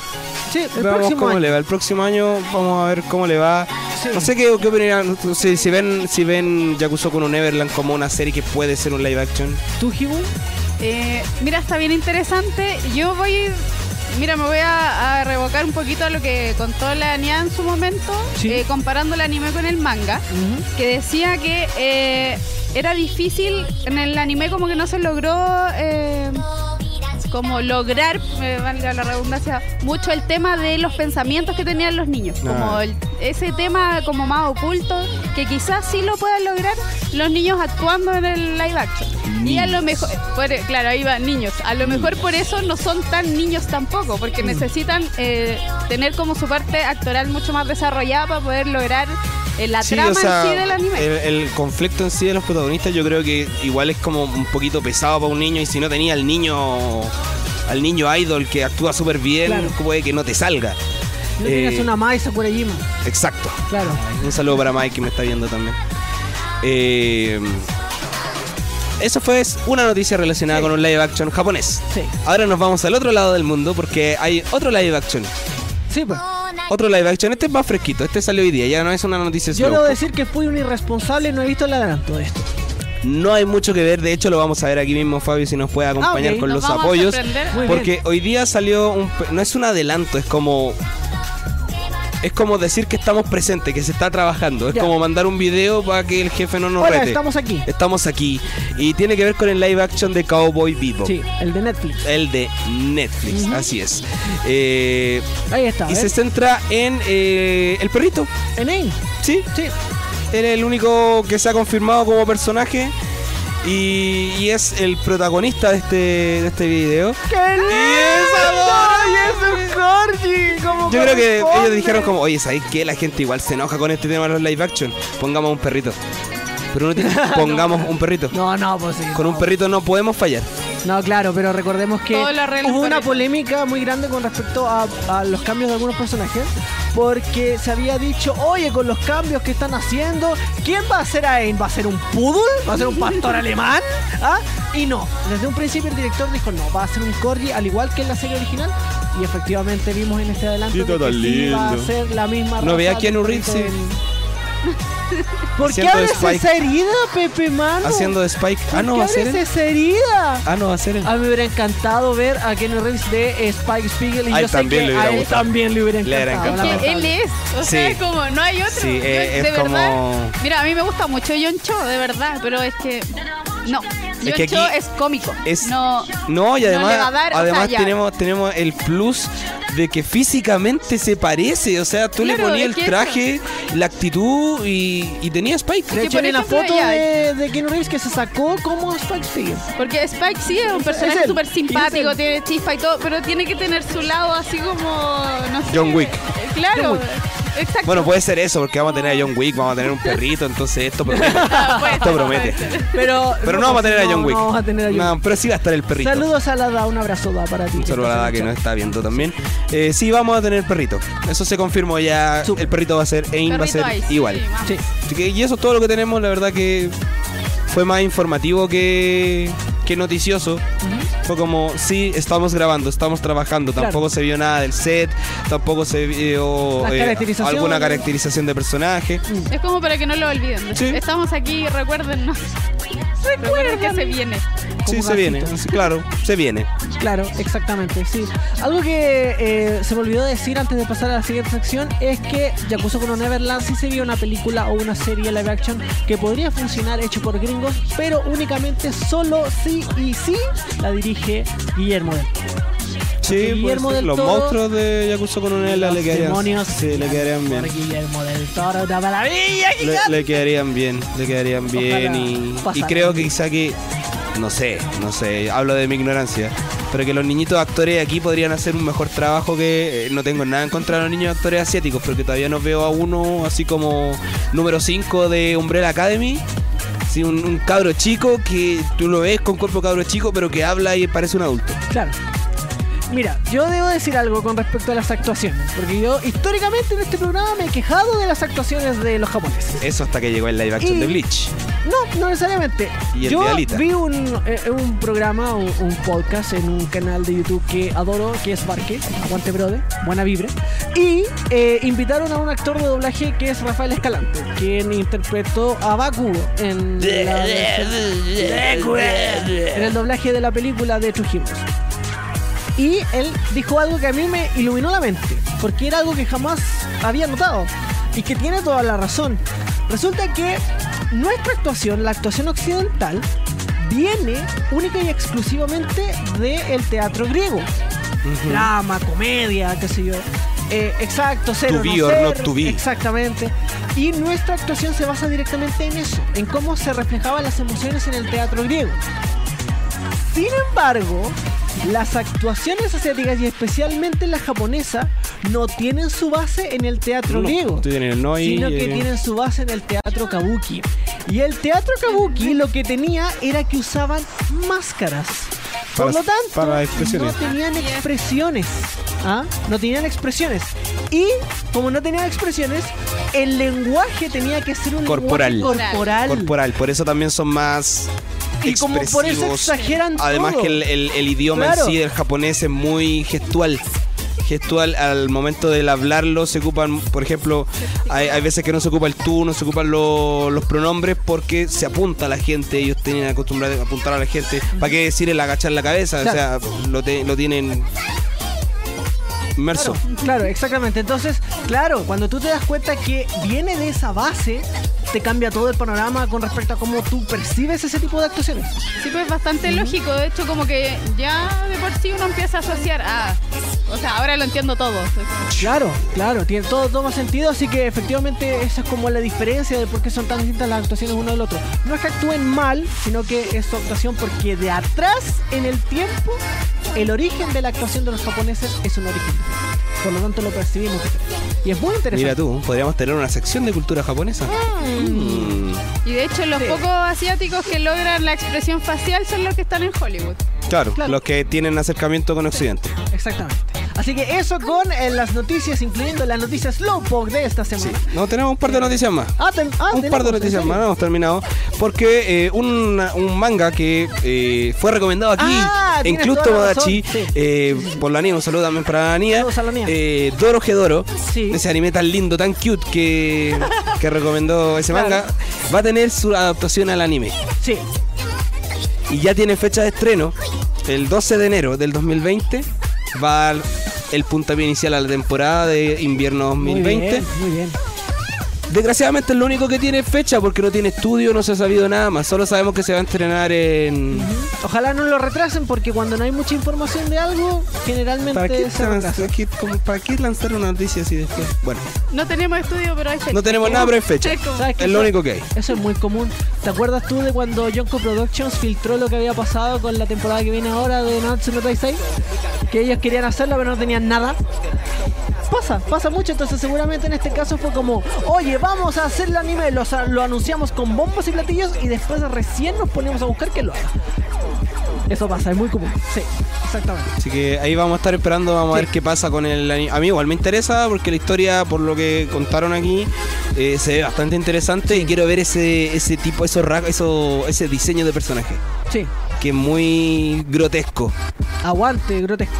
Speaker 1: Sí, el
Speaker 2: Veamos
Speaker 1: próximo
Speaker 2: cómo
Speaker 1: año.
Speaker 2: le va. El próximo año vamos a ver cómo le va.
Speaker 1: Sí.
Speaker 2: No sé qué, qué opinarán. Si, si ven, si ven Yakusoku no Neverland como una serie que puede ser un live action.
Speaker 1: ¿Tú, Hibu?
Speaker 3: Eh, mira, está bien interesante. Yo voy. Mira, me voy a, a revocar un poquito a lo que contó la Nia en su momento,
Speaker 1: Sí.
Speaker 3: eh, comparando el anime con el manga, que decía que eh, era difícil, en el anime como que no se logró eh, como lograr, eh, valga la redundancia, mucho el tema de los pensamientos que tenían los niños. Como
Speaker 2: Ah.
Speaker 3: el- ese tema como más oculto, que quizás sí lo puedan lograr los niños actuando en el live action. Y a lo mejor, por- claro, ahí van niños. A lo mejor por eso no son tan niños tampoco, porque necesitan eh, tener como su parte actoral mucho más desarrollada para poder lograr eh, la
Speaker 2: Sí,
Speaker 3: trama
Speaker 2: o sea, eh,
Speaker 3: en sí del anime.
Speaker 2: El, el conflicto en sí de los protagonistas yo creo que igual es como un poquito pesado para un niño y si no tenía al niño al niño idol que actúa súper bien,
Speaker 1: Claro.
Speaker 2: puede que no te salga.
Speaker 1: No
Speaker 2: Eh,
Speaker 1: tenías una Mai Sakurajima.
Speaker 2: Exacto.
Speaker 1: Claro.
Speaker 2: Un saludo para Mike que me está viendo también. Eh, eso fue una noticia relacionada con un live action japonés.
Speaker 1: Sí.
Speaker 2: Ahora nos vamos al otro lado del mundo porque hay otro live action.
Speaker 1: Sí, pues.
Speaker 2: Otro live action. Este es más fresquito. Este salió hoy día. Ya no es una noticia.
Speaker 1: Yo
Speaker 2: slow.
Speaker 1: debo decir que fui un irresponsable y no he visto el adelanto de esto.
Speaker 2: No hay mucho que ver, de hecho lo vamos a ver aquí mismo Fabio si nos puede
Speaker 1: Ah,
Speaker 2: acompañar
Speaker 1: ok.
Speaker 2: con
Speaker 3: Nos
Speaker 2: los
Speaker 3: vamos a
Speaker 2: apoyos.
Speaker 3: sorprender.
Speaker 1: Muy bien.
Speaker 2: Porque hoy día salió un... pe- No es un adelanto, es como... Es como decir que estamos presentes, que se está trabajando. Es
Speaker 1: Ya.
Speaker 2: como mandar un video para que el jefe no nos
Speaker 1: Hola,
Speaker 2: rete.
Speaker 1: estamos aquí.
Speaker 2: Estamos aquí. Y tiene que ver con el live action de Cowboy Bebop.
Speaker 1: Sí, el de Netflix.
Speaker 2: El de Netflix,
Speaker 1: Ujú.
Speaker 2: así es. Eh,
Speaker 1: Ahí está.
Speaker 2: y
Speaker 1: ¿eh?
Speaker 2: se centra en eh, el perrito,
Speaker 1: En él.
Speaker 2: ¿sí?
Speaker 1: Sí.
Speaker 2: Él es el único que se ha confirmado como personaje y, y es el protagonista de este, de este video.
Speaker 1: ¡Qué lindo!
Speaker 2: ¡Y es amor!
Speaker 1: ¡Y es un Corgi! como
Speaker 2: Yo creo que
Speaker 1: corresponde.
Speaker 2: ellos dijeron como, oye, ¿sabéis qué? La gente igual se enoja con este tema de los live action. Pongamos un perrito. Pero no tiene- pongamos un perrito.
Speaker 1: No, no, pues sí.
Speaker 2: Con un
Speaker 1: no.
Speaker 2: perrito no podemos fallar.
Speaker 1: No, claro, pero recordemos que
Speaker 3: Todo lo arreglan
Speaker 1: hubo
Speaker 3: con
Speaker 1: una
Speaker 3: eso.
Speaker 1: polémica muy grande con respecto a, a los cambios de algunos personajes. Porque se había dicho, oye, con los cambios que están haciendo, ¿quién va a ser a Ain? ¿Va a ser un poodle? ¿Va a ser un pastor alemán? ¿Ah? Y no, desde un principio el director dijo, no, va a ser un corgi al igual que en la serie original. Y efectivamente vimos en este adelanto
Speaker 2: Sí,
Speaker 1: de
Speaker 2: todo
Speaker 1: que sí va a
Speaker 2: lindo.
Speaker 1: ser la misma
Speaker 2: No veía a Keanu
Speaker 1: un
Speaker 2: Reeves, sí.
Speaker 1: ¿Por qué
Speaker 2: Haciendo
Speaker 1: abres
Speaker 2: Spike.
Speaker 1: esa herida, Pepe Mano?
Speaker 2: Haciendo de Spike.
Speaker 1: Ah, ¿Por
Speaker 2: Ah, no
Speaker 1: qué
Speaker 2: va a ser
Speaker 1: abres
Speaker 2: él.
Speaker 1: esa herida?
Speaker 2: Ah, no va a ser él.
Speaker 1: A mí me hubiera encantado ver a Kenny Reeves de eh, Spike Spiegel y
Speaker 2: A él
Speaker 1: yo sé
Speaker 2: también
Speaker 1: que
Speaker 2: le
Speaker 1: a
Speaker 2: hubiera
Speaker 1: él
Speaker 2: gustado.
Speaker 1: también le hubiera
Speaker 2: Le hubiera
Speaker 1: encantado.
Speaker 2: encantado.
Speaker 3: Que él
Speaker 1: lamentablemente.
Speaker 3: es, o sea,
Speaker 2: Sí.
Speaker 3: es como, no hay otro.
Speaker 2: Sí,
Speaker 3: Yo,
Speaker 2: eh, es
Speaker 3: de
Speaker 2: como-
Speaker 3: verdad. Mira, a mí me gusta mucho John Cho, de verdad, pero es que. No. John
Speaker 2: que
Speaker 3: Cho
Speaker 2: aquí
Speaker 3: es cómico.
Speaker 2: es-
Speaker 3: no.
Speaker 2: No, y
Speaker 3: No
Speaker 2: además,
Speaker 3: le va a dar, o
Speaker 2: además
Speaker 3: sea, ya.
Speaker 2: tenemos, tenemos el plus de que físicamente se parece. O sea, tú le
Speaker 3: Claro,
Speaker 2: ponías
Speaker 3: es
Speaker 2: el
Speaker 3: que
Speaker 2: traje, la actitud y, y tenía Spike.
Speaker 1: De
Speaker 3: que
Speaker 1: hecho,
Speaker 3: por
Speaker 1: hay una
Speaker 3: ejemplo,
Speaker 1: foto
Speaker 3: ya-
Speaker 1: de, de Keanu Reeves que se sacó como Spike Spiegel.
Speaker 3: Porque Spike sí es un personaje
Speaker 1: él.
Speaker 3: súper
Speaker 1: Y es
Speaker 3: simpático,
Speaker 1: él.
Speaker 3: tiene chispa y todo, pero tiene que tener su lado así como. No sé,
Speaker 2: John Wick.
Speaker 3: eh, Claro.
Speaker 1: John Wick.
Speaker 3: Exacto.
Speaker 2: Bueno, puede ser eso, porque vamos a tener a John Wick, vamos a tener un perrito, entonces esto promete.
Speaker 3: Ah, puede
Speaker 2: Esto
Speaker 3: ser,
Speaker 2: promete.
Speaker 3: puede ser.
Speaker 1: Pero,
Speaker 2: Pero no vamos a tener a
Speaker 1: no,
Speaker 2: John Wick.
Speaker 1: No vamos a tener a John
Speaker 2: No,
Speaker 1: Wick.
Speaker 2: pero sí va a estar el perrito.
Speaker 1: Saludos a la DA, un abrazo DA para ti.
Speaker 2: Un saludo a la Dada que nos está viendo también. Eh, sí, vamos a tener perrito. Eso se confirmó ya.
Speaker 1: Súper.
Speaker 2: El perrito va a ser Ain, va a
Speaker 3: Perrito
Speaker 2: ser
Speaker 3: ahí, sí,
Speaker 2: igual.
Speaker 3: vamos.
Speaker 1: Sí.
Speaker 2: Así que- y eso es todo lo que tenemos, la verdad que fue más informativo que, que noticioso. Fue como, sí, estamos grabando, estamos trabajando,
Speaker 1: Claro.
Speaker 2: tampoco se vio nada del set, tampoco se vio eh,
Speaker 1: Las caracterizaciones. Mm,
Speaker 2: alguna caracterización de personaje.
Speaker 3: Es como para que no lo olviden.
Speaker 2: Sí.
Speaker 3: Estamos aquí, recuérdennos. Recuerden que se viene.
Speaker 2: Sí,
Speaker 1: Como
Speaker 2: se viene,
Speaker 1: gatito.
Speaker 2: sí, claro, se viene.
Speaker 1: Claro, exactamente, sí. Algo que eh, se me olvidó decir antes de pasar a la siguiente sección es que Yakuza Kuno Neverland sí sería una película o una serie live action que podría funcionar hecho por gringos, pero únicamente solo sí y sí la dirige Guillermo del Toro.
Speaker 2: Sí,
Speaker 1: Guillermo
Speaker 2: puede ser.
Speaker 1: del
Speaker 2: los
Speaker 1: Toro-
Speaker 2: monstruos de Yakuza Coronela le
Speaker 1: Los
Speaker 2: quedarían,
Speaker 1: demonios
Speaker 2: sí, le quedarían
Speaker 1: por
Speaker 2: bien.
Speaker 1: Guillermo del Toro, una maravilla
Speaker 2: Le,
Speaker 1: gigante.
Speaker 2: le quedarían bien, le quedarían bien y,
Speaker 1: Ojalá
Speaker 2: y
Speaker 1: pasara.
Speaker 2: creo que quizá que, no sé, no sé, hablo de mi ignorancia, pero que los niñitos actores de aquí podrían hacer un mejor trabajo que eh, no tengo nada en contra de los niños actores asiáticos, porque todavía no veo a uno así como número 5 de Umbrella Academy. Sí, un, un cabro chico que tú lo ves con cuerpo cabro chico, pero que habla y parece un adulto.
Speaker 1: Claro. Mira, yo debo decir algo con respecto a las actuaciones, porque yo históricamente en este programa me he quejado de las actuaciones de los japoneses.
Speaker 2: Eso hasta que llegó el live action
Speaker 1: Y-
Speaker 2: de Bleach.
Speaker 1: No, no necesariamente.
Speaker 2: Y el
Speaker 1: Yo
Speaker 2: de Alita.
Speaker 1: vi un, eh, un programa, un, un podcast en un canal de YouTube que adoro, que es Barque, Aguante Brode, buena vibra. Y eh, invitaron a un actor de doblaje que es Rafael Escalante, quien interpretó a Bakugo en, la versión- en el doblaje de la película de Trujillo. Y él dijo algo que a mí me iluminó la mente, porque era algo que jamás había notado y que tiene toda la razón. Resulta que nuestra actuación, la actuación occidental, viene única y exclusivamente del teatro griego. Drama, comedia, qué sé yo. Eh, exacto, cero,
Speaker 2: To be
Speaker 1: no
Speaker 2: or
Speaker 1: ser,
Speaker 2: not to be.
Speaker 1: Exactamente. Y nuestra actuación se basa directamente en eso, en cómo se reflejaban las emociones en el teatro griego. Sin embargo, las actuaciones asiáticas y especialmente la japonesa no tienen su base en el teatro
Speaker 2: No,
Speaker 1: griego,
Speaker 2: tienen el no y-
Speaker 1: sino que
Speaker 2: eh,
Speaker 1: tienen su base en el teatro kabuki. Y el teatro kabuki lo que tenía era que usaban máscaras. Por
Speaker 2: Para-
Speaker 1: lo tanto,
Speaker 2: para expresiones.
Speaker 1: no tenían expresiones. ¿ah? No tenían expresiones. Y como no tenían expresiones, el lenguaje tenía que ser un
Speaker 2: Corporal.
Speaker 1: lenguaje corporal.
Speaker 2: corporal, por eso también son más
Speaker 1: Y como por eso
Speaker 2: expresivos.
Speaker 1: exageran
Speaker 2: Además
Speaker 1: todo.
Speaker 2: que el, el- el idioma
Speaker 1: Claro.
Speaker 2: en sí del japonés es muy gestual. gestual al momento del hablarlo se ocupan, por ejemplo, hay, hay veces que no se ocupa el tú, no se ocupan lo- los pronombres porque se apunta a la gente, ellos tienen acostumbrado a apuntar a la gente. ¿Para qué decir el agachar la cabeza? O sea, lo, te- lo tienen inmerso.
Speaker 1: Claro, exactamente. Entonces, claro, cuando tú te das cuenta que viene de esa base, te cambia todo el panorama con respecto a cómo tú percibes ese tipo de actuaciones.
Speaker 3: Sí, pues bastante lógico. De hecho, como que ya de por sí uno empieza a asociar. Ah, o sea, ahora lo entiendo todo.
Speaker 1: Claro, claro, tiene todo, todo más sentido, así que efectivamente esa es como la diferencia de por qué son tan distintas las actuaciones uno del otro. No es que actúen mal, sino que es su actuación porque de atrás en el tiempo, el origen de la actuación de los japoneses es un origen. diferente. Por lo tanto lo percibimos. diferente. Y es muy
Speaker 2: Mira
Speaker 1: interesante.
Speaker 2: tú, podríamos tener una sección de cultura japonesa. Mm,
Speaker 3: Y de hecho, los pocos asiáticos que logran la expresión facial son los que están en Hollywood.
Speaker 2: Claro,
Speaker 1: Claro.
Speaker 2: los que tienen acercamiento con Occidente.
Speaker 1: Exactamente. Así que eso con eh, las noticias, incluyendo las noticias Slowpoke de esta semana.
Speaker 2: No, tenemos un par de noticias más.
Speaker 1: Ah, ten- ah, tenemos,
Speaker 2: un par de
Speaker 1: ¿en
Speaker 2: noticias
Speaker 1: serio?
Speaker 2: más, no hemos terminado. Porque eh, una- un, manga que eh, fue recomendado aquí
Speaker 1: Ah,
Speaker 2: en
Speaker 1: tienes
Speaker 2: Club
Speaker 1: toda la
Speaker 2: Tomodachi
Speaker 1: razón, sí.
Speaker 2: eh, por la niña, un saludo también para la niña.
Speaker 1: Saludos a la Nia.
Speaker 2: eh, Doro Gedoro,
Speaker 1: Sí.
Speaker 2: ese anime tan lindo, tan cute que, que recomendó ese manga, va a tener su adaptación al anime.
Speaker 1: Sí.
Speaker 2: Y ya tiene fecha de estreno, el 12 de enero del 2020, va el puntapié inicial a la temporada de invierno 2020.
Speaker 1: Muy bien, muy bien.
Speaker 2: Desgraciadamente es lo único que tiene fecha porque no tiene estudio, no se ha sabido nada más. Solo sabemos que se va a entrenar en.
Speaker 1: Ojalá no lo retrasen porque cuando no hay mucha información de algo,
Speaker 2: ¿Para qué,
Speaker 1: generalmente se
Speaker 2: lanz-
Speaker 1: retrasa.
Speaker 2: aquí- como- ¿Para qué lanzar una noticia así después? Bueno,
Speaker 3: No tenemos estudio, pero hay fecha.
Speaker 2: no tenemos nada, pero hay fecha.
Speaker 3: Es como-
Speaker 1: ¿Sabes qué?
Speaker 2: Es lo único que hay.
Speaker 1: Eso es muy común. ¿Te acuerdas tú de cuando Jonko Productions filtró lo que había pasado con la temporada que viene ahora de Nanatsu no Taizai? Que ellos querían hacerlo pero no tenían nada. Pasa, pasa mucho, entonces seguramente en este caso fue como, oye, vamos a hacer el anime, lo, sa- lo anunciamos con bombos y platillos y después recién nos ponemos a buscar que lo haga. Eso pasa, es muy común. Sí, exactamente.
Speaker 2: Así que ahí vamos a estar esperando, vamos a ver qué pasa con el anime. A mí igual me interesa porque la historia, por lo que contaron aquí, eh, se ve bastante interesante y quiero ver ese, ese tipo, esos rasgos, eso, ese diseño de personaje
Speaker 1: Sí,
Speaker 2: que es muy grotesco.
Speaker 1: aguante, grotesco.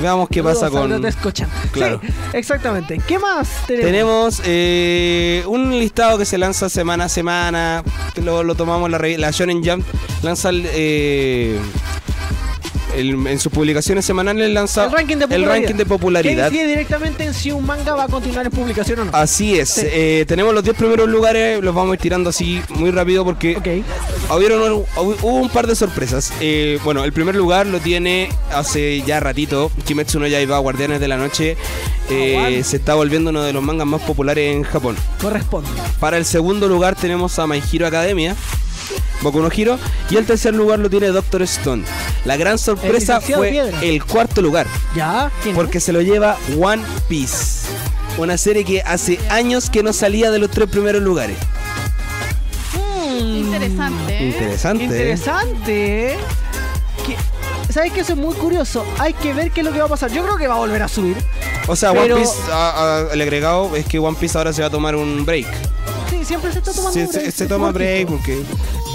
Speaker 2: Veamos qué pasa
Speaker 1: Saludos a
Speaker 2: con.
Speaker 1: Grotesco Chan.
Speaker 2: Claro.
Speaker 1: Sí, exactamente. ¿Qué más tenemos?
Speaker 2: Tenemos eh, un listado que se lanza semana a semana. Lo, lo tomamos la, revi- la Shonen Jump. Lanza el, eh, el- en sus publicaciones semanales lanza
Speaker 1: el ranking de popularidad.
Speaker 2: ranking de popularidad. Ah.
Speaker 1: Que incide directamente en si un manga va a continuar en publicación o no.
Speaker 2: Así es.
Speaker 1: Sí.
Speaker 2: Eh, tenemos los 10 primeros lugares. Los vamos a ir tirando así muy rápido porque
Speaker 1: ok.
Speaker 2: hubieron un- hubo un par de sorpresas. Eh, bueno, el primer lugar lo tiene hace ya ratito Kimetsu no Yaiba, Guardianes de la Noche. Eh,
Speaker 1: Aguante.
Speaker 2: se está volviendo uno de los mangas más populares en Japón.
Speaker 1: Corresponde.
Speaker 2: Para el segundo lugar tenemos a My Hero Academia. Boku no Hero. Y el tercer lugar lo tiene Doctor Stone. La gran sorpresa
Speaker 1: licenciado
Speaker 2: fue
Speaker 1: Piedra.
Speaker 2: el cuarto lugar.
Speaker 1: Ya, ¿quién?
Speaker 2: Porque se lo lleva One Piece. Una serie que hace años que no salía de los tres primeros lugares.
Speaker 1: Mm,
Speaker 3: Interesante. ¿eh?
Speaker 2: Interesante. ¿eh?
Speaker 1: Interesante. ¿eh? Que- ¿Sabes qué? Eso es muy curioso. Hay que ver qué es lo que va a pasar. Yo creo que va a volver a subir.
Speaker 2: O sea,
Speaker 1: Pero-
Speaker 2: One Piece, ah, ah, el agregado es que One Piece ahora se va a tomar un break.
Speaker 1: Sí, siempre se está tomando
Speaker 2: Se,
Speaker 1: un
Speaker 2: se-
Speaker 1: break,
Speaker 2: se
Speaker 1: es
Speaker 2: toma
Speaker 1: lógico.
Speaker 2: break porque.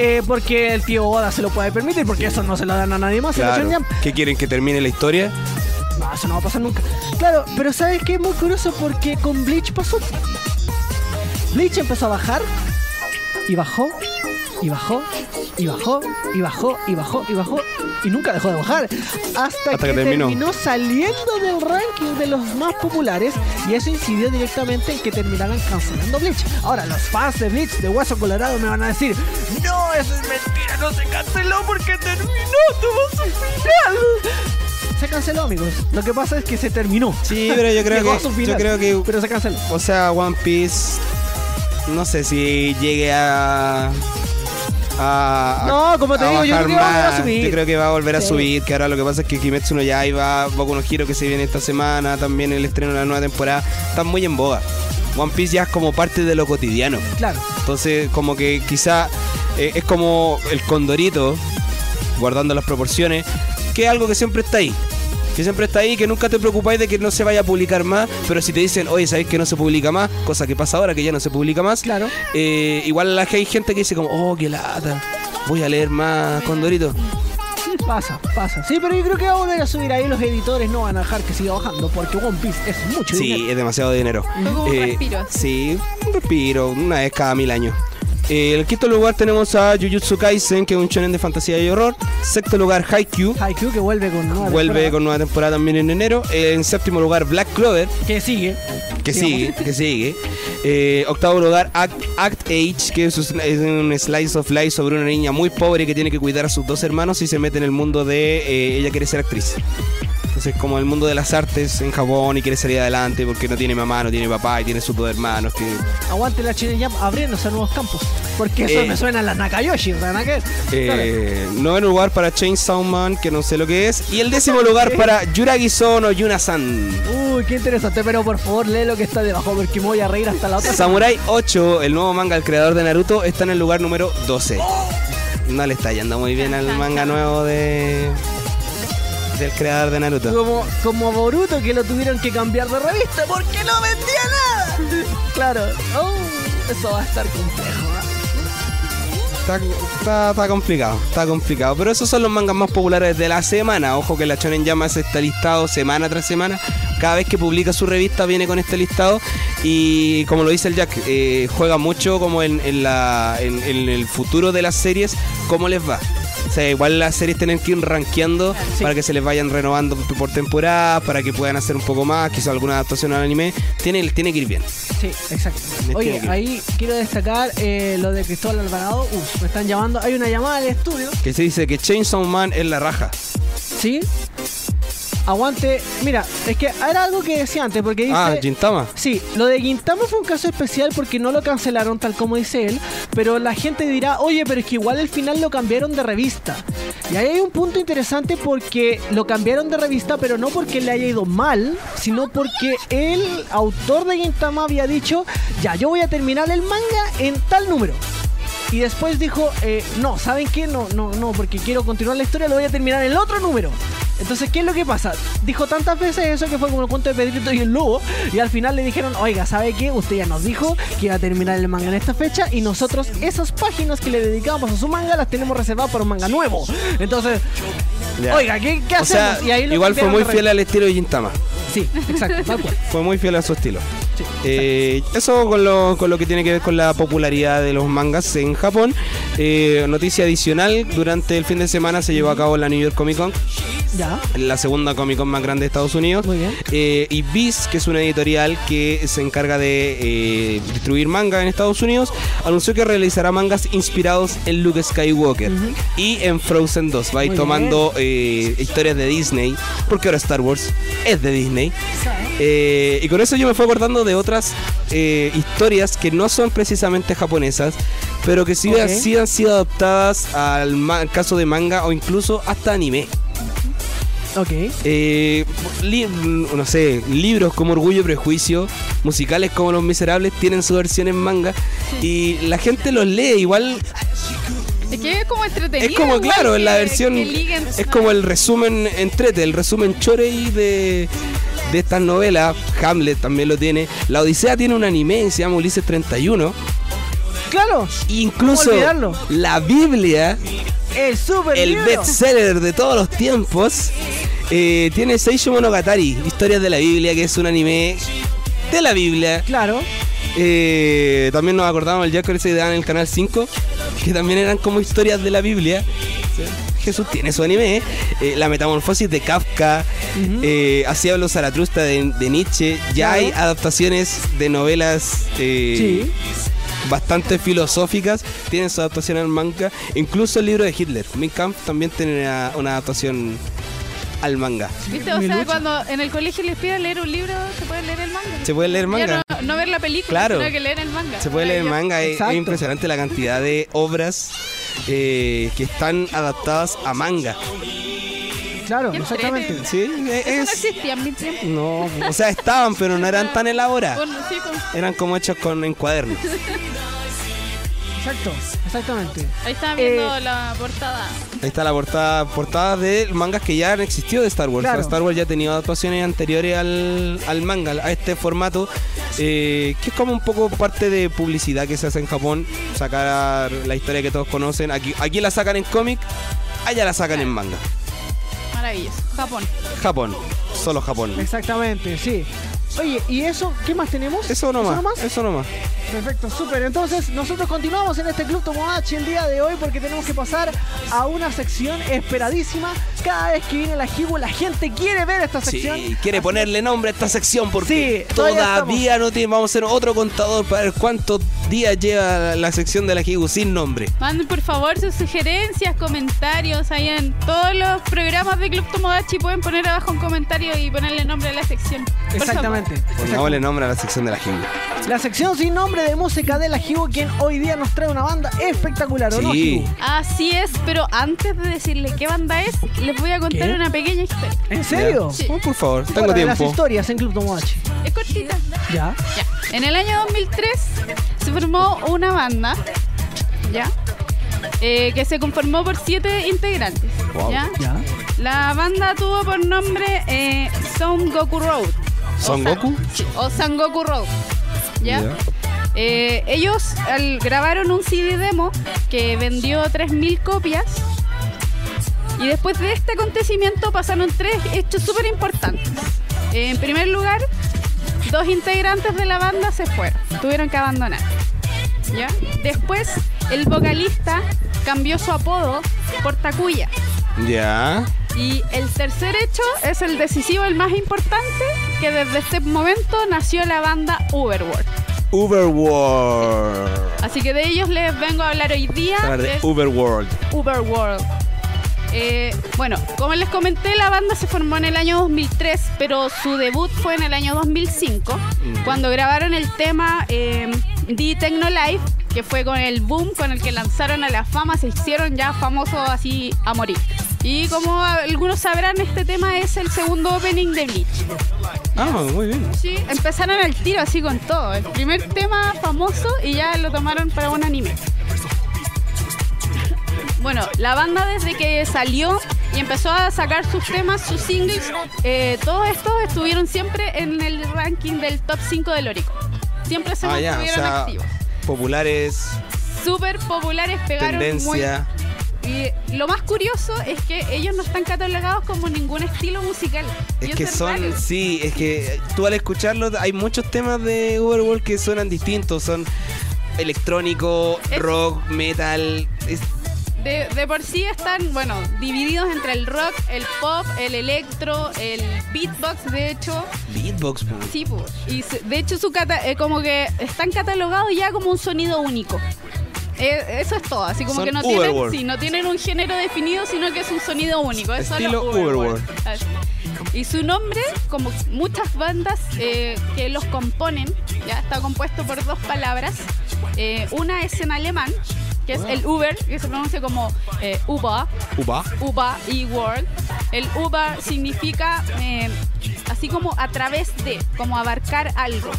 Speaker 1: Eh, porque el tío Oda se lo puede permitir, porque eso no se lo dan a nadie más. se lo
Speaker 2: Claro.
Speaker 1: enseñan.
Speaker 2: ¿Qué quieren que termine la historia?
Speaker 1: No, eso no va a pasar nunca. Claro, pero ¿sabes qué? Es muy curioso porque con Bleach pasó. Bleach empezó a bajar y bajó y bajó y bajó y bajó y bajó y bajó y nunca dejó de bajar hasta, que,
Speaker 2: que terminó.
Speaker 1: terminó. saliendo del ranking de los más populares y eso incidió directamente en que terminaran cancelando Bleach. Ahora los fans de Bleach de Hueso Colorado me van a decir, no, eso es mentira, no se canceló porque terminó, tuvo su final. Se canceló, amigos. Lo que pasa es que se terminó.
Speaker 2: Sí, pero yo creo
Speaker 1: Llegó
Speaker 2: que-
Speaker 1: a su final,
Speaker 2: yo creo que-
Speaker 1: Pero se canceló.
Speaker 2: O sea, One Piece. No sé si llegue a. a- a-
Speaker 1: No, como te
Speaker 2: a
Speaker 1: digo, yo
Speaker 2: bajar
Speaker 1: creo que va a volver a
Speaker 2: más.
Speaker 1: subir.
Speaker 2: Yo creo que va a volver a
Speaker 1: Sí.
Speaker 2: subir. Que ahora lo que pasa es que Kimetsu no Yaiba, Boku no Hero que se viene esta semana, también el estreno de la nueva temporada, están muy en boga. One Piece ya es como parte de lo cotidiano.
Speaker 1: Claro.
Speaker 2: Entonces, como que quizá eh, es como el condorito, guardando las proporciones, que es algo que siempre está ahí. Que siempre está ahí, que nunca te preocupáis de que no se vaya a publicar más, pero si te dicen, oye, sabéis que no se publica más, cosa que pasa ahora, que ya no se publica más,
Speaker 1: Claro.
Speaker 2: eh, igual la- hay gente que dice como, oh, qué lata, voy a leer más Condorito.
Speaker 1: Pasa, pasa. Sí, pero yo creo que va a volver a subir ahí. Los editores no van a dejar que siga bajando porque One Piece es mucho dinero.
Speaker 2: Sí, es demasiado dinero. Eh,
Speaker 3: Fue como un respiro, así.
Speaker 2: Sí, un respiro, una vez cada mil años. Eh, en el quinto lugar tenemos a Jujutsu Kaisen, que es un shonen de fantasía y horror. Sexto lugar, Haikyuu.
Speaker 1: Haikyuu que vuelve con
Speaker 3: Ah,
Speaker 1: nueva
Speaker 2: Vuelve
Speaker 1: temporada.
Speaker 2: con nueva temporada también en enero. Eh, En séptimo lugar, Black Clover,
Speaker 1: Que sigue.
Speaker 2: que
Speaker 1: Sigamos.
Speaker 2: sigue, que sigue. Eh, octavo lugar, Act, Act Age, que es un, es un slice of life sobre una niña muy pobre que tiene que cuidar a sus dos hermanos y se mete en el mundo de... eh, ella quiere ser actriz. Entonces, como el mundo de las artes en Japón y quiere salir adelante porque no tiene mamá, no tiene papá y tiene sus dos hermanos. que-
Speaker 1: Aguante la Chile Jam abriéndose a nuevos campos. Porque eso
Speaker 2: Eh.
Speaker 1: me suena a las Nakayoshi, ¿verdad? ¿Qué es? Claro.
Speaker 2: Eh, noveno lugar para Chainsaw Man, que no sé lo que es. Y el décimo lugar para Yuragi Sono Yuna-san.
Speaker 1: Uy, qué interesante, pero por favor lee lo que está debajo porque me voy a reír hasta la otra.
Speaker 2: Samurai 8, el nuevo manga, el creador de Naruto, está en el lugar número 12. No le está yendo muy bien al manga nuevo de del creador de Naruto.
Speaker 1: Como, como Boruto que lo tuvieron que cambiar de revista porque no vendía nada. Claro. Oh, eso va a estar complejo. ¿eh?
Speaker 2: Está, está- está complicado, está complicado. Pero esos son los mangas más populares de la semana. Ojo que la Shonen Llama se está listado semana tras semana. Cada vez que publica su revista viene con este listado. Y como lo dice el Jack, eh, juega mucho como en, en la, en- en el futuro de las series, cómo les va. O sea, igual las series tienen que ir rankeando
Speaker 1: Sí.
Speaker 2: para que se les vayan renovando por por temporada, para que puedan hacer un poco más, quizás alguna adaptación al anime. Tiene, tiene que ir bien.
Speaker 1: Sí, exacto.
Speaker 2: Me
Speaker 1: Oye,
Speaker 2: tiene que-
Speaker 1: ahí quiero destacar eh, lo de Cristóbal Alvarado. Uf, me están llamando. Hay una llamada al estudio.
Speaker 2: Que se dice que Chainsaw Man es la raja.
Speaker 1: ¿Sí? Aguante. Mira, es que era algo que decía antes porque dice...
Speaker 2: Ah, Gintama.
Speaker 1: Sí, lo de Guintama fue un caso especial porque no lo cancelaron tal como dice él, pero la gente dirá, oye, pero es que igual el final lo cambiaron de revista. Y ahí hay un punto interesante porque lo cambiaron de revista, pero no porque le haya ido mal, sino porque el autor de Guintama había dicho, ya, yo voy a terminar el manga en tal número. Y después dijo, eh, no, ¿saben qué? No, no, no, porque quiero continuar la historia, lo voy a terminar en el otro número. Entonces, ¿qué es lo que pasa? Dijo tantas veces eso que fue como el cuento de Pedrito y el lobo. Y al final le dijeron, oiga, ¿sabe qué? Usted ya nos dijo que iba a terminar el manga en esta fecha. Y nosotros esas páginas que le dedicamos a su manga las tenemos reservadas para un manga nuevo. Entonces,
Speaker 2: Ya.
Speaker 1: oiga, ¿qué, qué
Speaker 2: O
Speaker 1: hacemos?
Speaker 2: sea,
Speaker 1: Y ahí lo
Speaker 2: igual fue
Speaker 1: cambiaron
Speaker 2: muy
Speaker 1: de
Speaker 2: fiel al estilo de Gintama.
Speaker 1: re- Sí, exacto, tal cual.
Speaker 2: Fue muy fiel a su estilo.
Speaker 1: Sí.
Speaker 2: Eh, eso con lo, con lo que tiene que ver con la popularidad de los mangas en Japón. Eh, noticia adicional, durante el fin de semana se llevó a cabo la New York Comic Con,
Speaker 1: Ya,
Speaker 2: la segunda Comic Con más grande de Estados Unidos.
Speaker 1: muy bien.
Speaker 2: Eh, y Viz, que es una editorial que se encarga de eh, distribuir manga en Estados Unidos, anunció que realizará mangas inspirados en Luke Skywalker
Speaker 1: Ujú.
Speaker 2: y en Frozen 2. Va a ir
Speaker 1: Muy
Speaker 2: tomando eh, historias de Disney, porque ahora Star Wars es de Disney. Eh, y con eso yo me fui acordando de otras eh, historias que no son precisamente japonesas, pero que sí,
Speaker 1: Ok.
Speaker 2: han- sí han sido adaptadas al ma- caso de manga o incluso hasta anime.
Speaker 1: Ok.
Speaker 2: Eh, li- no sé, libros como Orgullo y Prejuicio, musicales como Los Miserables, tienen su versión en manga y la gente los lee igual.
Speaker 3: Es que es como entretenido.
Speaker 2: Es como,
Speaker 3: igual
Speaker 2: claro,
Speaker 3: que-
Speaker 2: la versión.
Speaker 3: que liguen.
Speaker 2: Es como el resumen entrete, el resumen chorei de, de estas novelas. Hamlet también lo tiene. La Odisea tiene un anime, se llama Ulises 31.
Speaker 1: Claro,
Speaker 2: Incluso
Speaker 1: ¿Cómo olvidarlo?
Speaker 2: la Biblia
Speaker 1: el super
Speaker 2: el
Speaker 1: libro.
Speaker 2: bestseller de todos los tiempos, eh, tiene Seisho Monogatari, Historias de la Biblia, que es un anime de la Biblia.
Speaker 1: Claro.
Speaker 2: Eh, también nos acordamos el Jack que se daban en el canal 5, que también eran como historias de la Biblia. Jesús tiene su anime, ¿eh? Eh, La Metamorfosis de Kafka,
Speaker 1: Ujú.
Speaker 2: eh, Así habló Zaratrusta de, de Nietzsche. Ya hay
Speaker 1: Claro.
Speaker 2: adaptaciones de novelas eh,
Speaker 1: Sí.
Speaker 2: bastante filosóficas, tienen su adaptación al manga, incluso el libro de Hitler, Mein Kampf también tiene una, una adaptación al manga.
Speaker 3: ¿Viste? O
Speaker 1: Mi
Speaker 3: sea,
Speaker 1: lucha.
Speaker 3: cuando en el colegio les piden leer un libro, se puede leer el manga.
Speaker 2: Se puede leer manga.
Speaker 3: Ya no, no ver la película,
Speaker 2: Claro.
Speaker 3: sino que leer el manga.
Speaker 2: Se puede leer
Speaker 3: Maravilloso.
Speaker 2: manga, es, es
Speaker 1: Exacto.
Speaker 2: impresionante la cantidad de obras eh, que están adaptadas a manga.
Speaker 1: Claro,
Speaker 3: Qué
Speaker 1: exactamente.
Speaker 3: entrete.
Speaker 2: Sí, e,
Speaker 3: Eso no
Speaker 2: es...
Speaker 3: existía en mi tiempo.
Speaker 2: No, o sea, estaban, pero no eran tan elaboradas.
Speaker 3: Bueno, sí, con-
Speaker 2: Eran como hechos con en cuadernos.
Speaker 1: Exacto, exactamente.
Speaker 3: Ahí estaban viendo
Speaker 1: Eh,
Speaker 3: la portada.
Speaker 2: Ahí está la portada, portada de mangas que ya han existido de Star Wars.
Speaker 1: Claro.
Speaker 2: O sea, Star Wars ya ha tenido adaptaciones anteriores al, al manga, a este formato, eh, que es como un poco parte de publicidad que se hace en Japón, sacar la historia que todos conocen. Aquí, aquí la sacan en cómic, allá la sacan en manga.
Speaker 3: maravillas. Japón.
Speaker 2: Japón. Solo Japón.
Speaker 1: Exactamente, sí. Oye, ¿y eso? ¿Qué más tenemos?
Speaker 2: Eso nomás. Eso nomás.
Speaker 1: Perfecto, súper. Entonces, nosotros continuamos en este Club Tomodachi el día de hoy porque tenemos que pasar a una sección esperadísima. Cada vez que viene la Jibu, la gente quiere ver esta sección.
Speaker 2: Sí, quiere ponerle nombre a esta sección porque
Speaker 1: Sí, todavía
Speaker 2: todavía no tiene. Vamos a hacer otro contador para ver cuántos días lleva la, la sección de la Jigu sin nombre.
Speaker 3: Manden por favor sus sugerencias, comentarios. Ahí en todos los programas de Club Tomodachi pueden poner abajo un comentario y ponerle nombre a la sección. Por
Speaker 1: Exactamente. Exactamente.
Speaker 2: Pongámosle nombre a la sección de la Jigu.
Speaker 1: La sección sin nombre de música de la Jibu, quien hoy día nos trae una banda espectacular, ¿o no,
Speaker 2: Sí.
Speaker 1: Jibu?
Speaker 3: favor. Así es, pero antes de decirle qué banda es, les voy a contar
Speaker 1: ¿Qué?
Speaker 3: una pequeña historia.
Speaker 1: ¿En serio?
Speaker 3: Sí.
Speaker 2: Oh, por favor, tengo
Speaker 1: Bueno, de Las
Speaker 2: tiempo.
Speaker 1: historias en Club Tomodachi.
Speaker 3: Es cortita.
Speaker 1: Ya.
Speaker 3: Ya. En el año 2003 se formó una banda, ¿ya? Eh, que se conformó por siete integrantes,
Speaker 2: Wow.
Speaker 3: ¿ya?
Speaker 1: Ya.
Speaker 3: La banda tuvo por nombre eh, Son Goku Road. O
Speaker 2: ¿Son
Speaker 3: San-
Speaker 2: Goku?
Speaker 3: sí, O San Goku Road, ¿ya?
Speaker 2: Ya.
Speaker 3: Eh, ellos al- grabaron un CD demo que vendió 3.000 copias. Y después de este acontecimiento pasaron tres hechos súper importantes. Eh, En primer lugar, dos integrantes de la banda se fueron, tuvieron que abandonar. ¿ya? Después, el vocalista cambió su apodo por Takuya.
Speaker 2: Ya.
Speaker 3: Y el tercer hecho es el decisivo, el más importante, que desde este momento nació la banda Uberworld.
Speaker 2: Uberworld.
Speaker 3: Así que de ellos les vengo a hablar hoy día.
Speaker 2: Hablar de
Speaker 3: Ah, es
Speaker 2: Uberworld.
Speaker 3: Uberworld. Eh, bueno, como les comenté, la banda se formó en el año 2003, pero su debut fue en el año 2005,
Speaker 2: Mm.
Speaker 3: cuando grabaron el tema eh, The Techno Life, que fue con el boom con el que lanzaron a la fama, se hicieron ya famosos así a morir. Y como algunos sabrán, este tema es el segundo opening de Bleach.
Speaker 2: Ah, muy bien.
Speaker 3: Sí, empezaron al tiro así con todo. El primer tema famoso y ya lo tomaron para un anime. Bueno, la banda desde que salió y empezó a sacar sus temas, sus singles, eh, todos estos estuvieron siempre en el ranking del top 5 del Orico. Siempre se
Speaker 2: Ah, ya, o
Speaker 3: mantuvieron
Speaker 2: sea,
Speaker 3: activos.
Speaker 2: populares,
Speaker 3: Súper populares, pegaron muy
Speaker 2: tendencia.
Speaker 3: y lo más curioso es que ellos no están catalogados como ningún estilo musical. Y
Speaker 2: Es
Speaker 3: eso
Speaker 2: que
Speaker 3: es
Speaker 2: son,
Speaker 3: raro.
Speaker 2: sí, es que tú al escucharlo hay muchos temas de Overworld que suenan distintos, son electrónico,
Speaker 3: Es-
Speaker 2: rock, metal, es-
Speaker 3: De, de por sí están, bueno, divididos entre el rock, el pop, el electro, el beatbox, de hecho.
Speaker 2: beatbox. po.
Speaker 3: Sí, po. Y se- de hecho, su cata- eh, como que están catalogados ya como un sonido único. Eh, eso es todo, así como
Speaker 2: Son
Speaker 3: que no
Speaker 2: Uberworld.
Speaker 3: tienen, sí, no tienen un género definido, sino que es un sonido único. Es
Speaker 2: Estilo
Speaker 3: solo Uberworld. Así. Y su nombre, como muchas bandas eh, que los componen, ya está compuesto por dos palabras. Eh, una es en alemán, que es el Uber, que se pronuncia como eh, Uber,
Speaker 2: Upa.
Speaker 3: Uber y World. El Uber significa eh, así como a través de, como abarcar algo.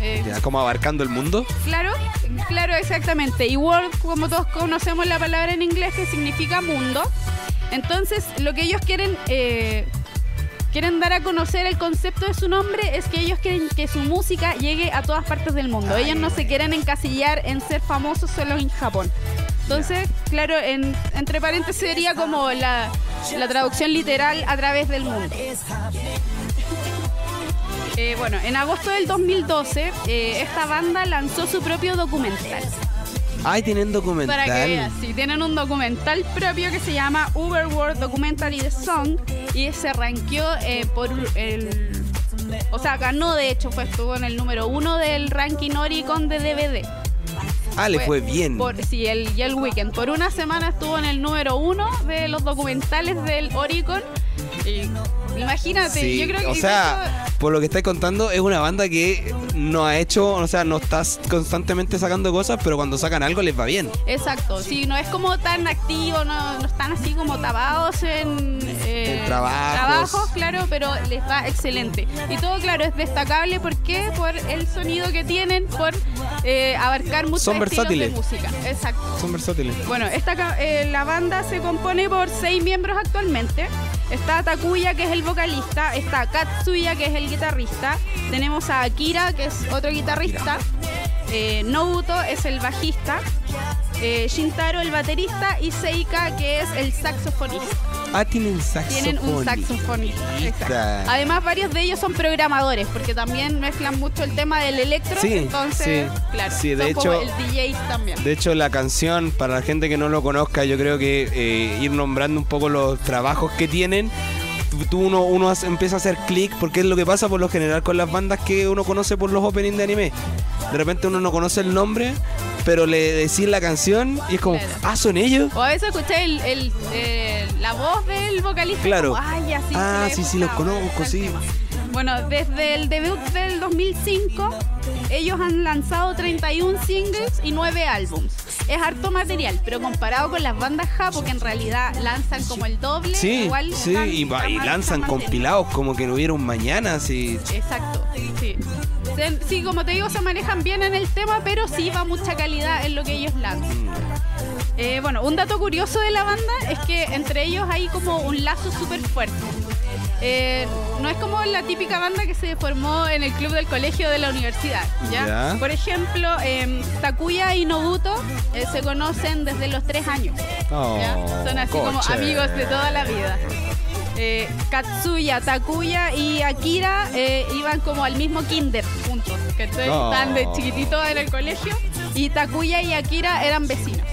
Speaker 3: Eh,
Speaker 2: Ya, como abarcando el mundo.
Speaker 3: Claro, claro, exactamente. Y world, como todos conocemos la palabra en inglés, que significa mundo. Entonces, lo que ellos quieren, eh, quieren dar a conocer el concepto de su nombre es que ellos quieren que su música llegue a todas partes del mundo. ellos no se quieren encasillar en ser famosos solo en Japón. Entonces, claro, en- entre paréntesis sería como la, la traducción literal a través del mundo. Eh, bueno, en agosto del 2012, eh, esta banda lanzó su propio documental.
Speaker 2: Ay, tienen documental.
Speaker 3: Para que veas, sí, tienen un documental propio que se llama Uberworld Documentary The Song y se ranqueó eh, por el. O sea, ganó de hecho, pues estuvo en el número uno del ranking Oricon de DVD.
Speaker 2: ah, le fue
Speaker 3: fue
Speaker 2: bien.
Speaker 3: Por, sí, el, y el weekend. Por una semana estuvo en el número uno de los documentales del Oricon. Y imagínate,
Speaker 2: Sí,
Speaker 3: yo creo que.
Speaker 2: o
Speaker 3: de hecho,
Speaker 2: sea, por lo que estáis contando, es una banda que no ha hecho, o sea, no estás constantemente sacando cosas, pero cuando sacan algo les va bien.
Speaker 3: Exacto, sí, no es como tan activo, no, no están así como tapados en, eh,
Speaker 2: En trabajos.
Speaker 3: trabajos, claro, pero les va excelente. Y todo, claro, es destacable porque por el sonido que tienen, por eh, abarcar muchos
Speaker 2: Son
Speaker 3: estilos
Speaker 2: versátiles.
Speaker 3: de música. Exacto.
Speaker 2: Son versátiles.
Speaker 3: Bueno, esta, ca- eh, la banda se compone por seis miembros actualmente. Está Takuya, que es el vocalista. Está Katsuya, que es el guitarrista. Tenemos a Akira, que es otro guitarrista. Eh, Nobuto es el bajista. Eh, Shintaro, el baterista. Y Seika, que es el saxofonista.
Speaker 2: Ah, tienen
Speaker 3: tienen un saxofonista. exacto.
Speaker 2: Exacto.
Speaker 3: Además, varios de ellos son programadores, porque también mezclan mucho el tema del electro,
Speaker 2: Sí,
Speaker 3: entonces,
Speaker 2: sí,
Speaker 3: claro,
Speaker 2: sí, de
Speaker 3: son como
Speaker 2: hecho-
Speaker 3: el DJs también.
Speaker 2: De hecho, la canción, para la gente que no lo conozca, yo creo que eh, ir nombrando un poco los trabajos que tienen. tú- Tú uno, uno hace- empieza a hacer clic porque es lo que pasa por lo general con las bandas que uno conoce por los openings de anime. De repente uno no conoce el nombre, pero le decís la canción y es como,
Speaker 3: Claro.
Speaker 2: ah, son ellos.
Speaker 3: O a veces escuché el, el- eh, la voz del vocalista.
Speaker 2: Claro.
Speaker 3: como, Ay, ya, sí,
Speaker 2: Ah,
Speaker 3: le
Speaker 2: sí, sí, los
Speaker 3: gustaba,
Speaker 2: conozco,
Speaker 3: tal
Speaker 2: sí.
Speaker 3: tema". Bueno, desde el debut del 2005, ellos han lanzado 31 singles y 9 álbums. Es harto material, pero comparado con las bandas japo que en realidad lanzan como el doble,
Speaker 2: Sí,
Speaker 3: igual
Speaker 2: sí,
Speaker 3: están-
Speaker 2: y, va-
Speaker 3: están
Speaker 2: y
Speaker 3: mal-
Speaker 2: lanzan
Speaker 3: están mantenidos.
Speaker 2: compilados como que no hubiera un mañana, así.
Speaker 3: Exacto, sí. Se- sí, como te digo, se manejan bien en el tema, pero sí va mucha calidad en lo que ellos lanzan. Eh, bueno, un dato curioso de la banda es que entre ellos hay como un lazo súper fuerte. Eh, no es como la típica banda que se formó en el club del colegio de la universidad. ¿ya?
Speaker 2: Ya.
Speaker 3: Por ejemplo, em, Takuya y Nobuto eh, se conocen desde los tres años. ¿ya? Son así como
Speaker 2: Oh,
Speaker 3: amigos de toda la vida. Eh, Katsuya, Takuya y Akira eh, iban como al mismo kinder juntos, que
Speaker 2: No.
Speaker 3: estaban de chiquititos en el colegio y Takuya y Akira eran vecinos.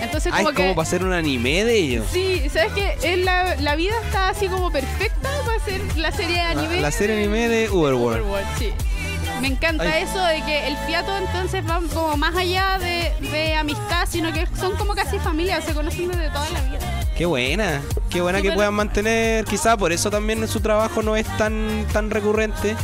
Speaker 3: Entonces
Speaker 2: Ah,
Speaker 3: como
Speaker 2: es
Speaker 3: que
Speaker 2: como para hacer un anime de ellos.
Speaker 3: sí, sabes que la, la vida está así como perfecta para hacer la serie de anime.
Speaker 2: La serie
Speaker 3: de-
Speaker 2: anime de Uberworld.
Speaker 3: Overworld, sí. Me encanta
Speaker 2: Ay.
Speaker 3: eso de que el fiato entonces va como más allá de, de amistad, sino que son como casi familia, se conocen desde toda la vida.
Speaker 2: Qué buena, qué buena
Speaker 3: Sí,
Speaker 2: que
Speaker 3: pero-
Speaker 2: puedan mantener, quizá por eso también su trabajo no es tan tan recurrente,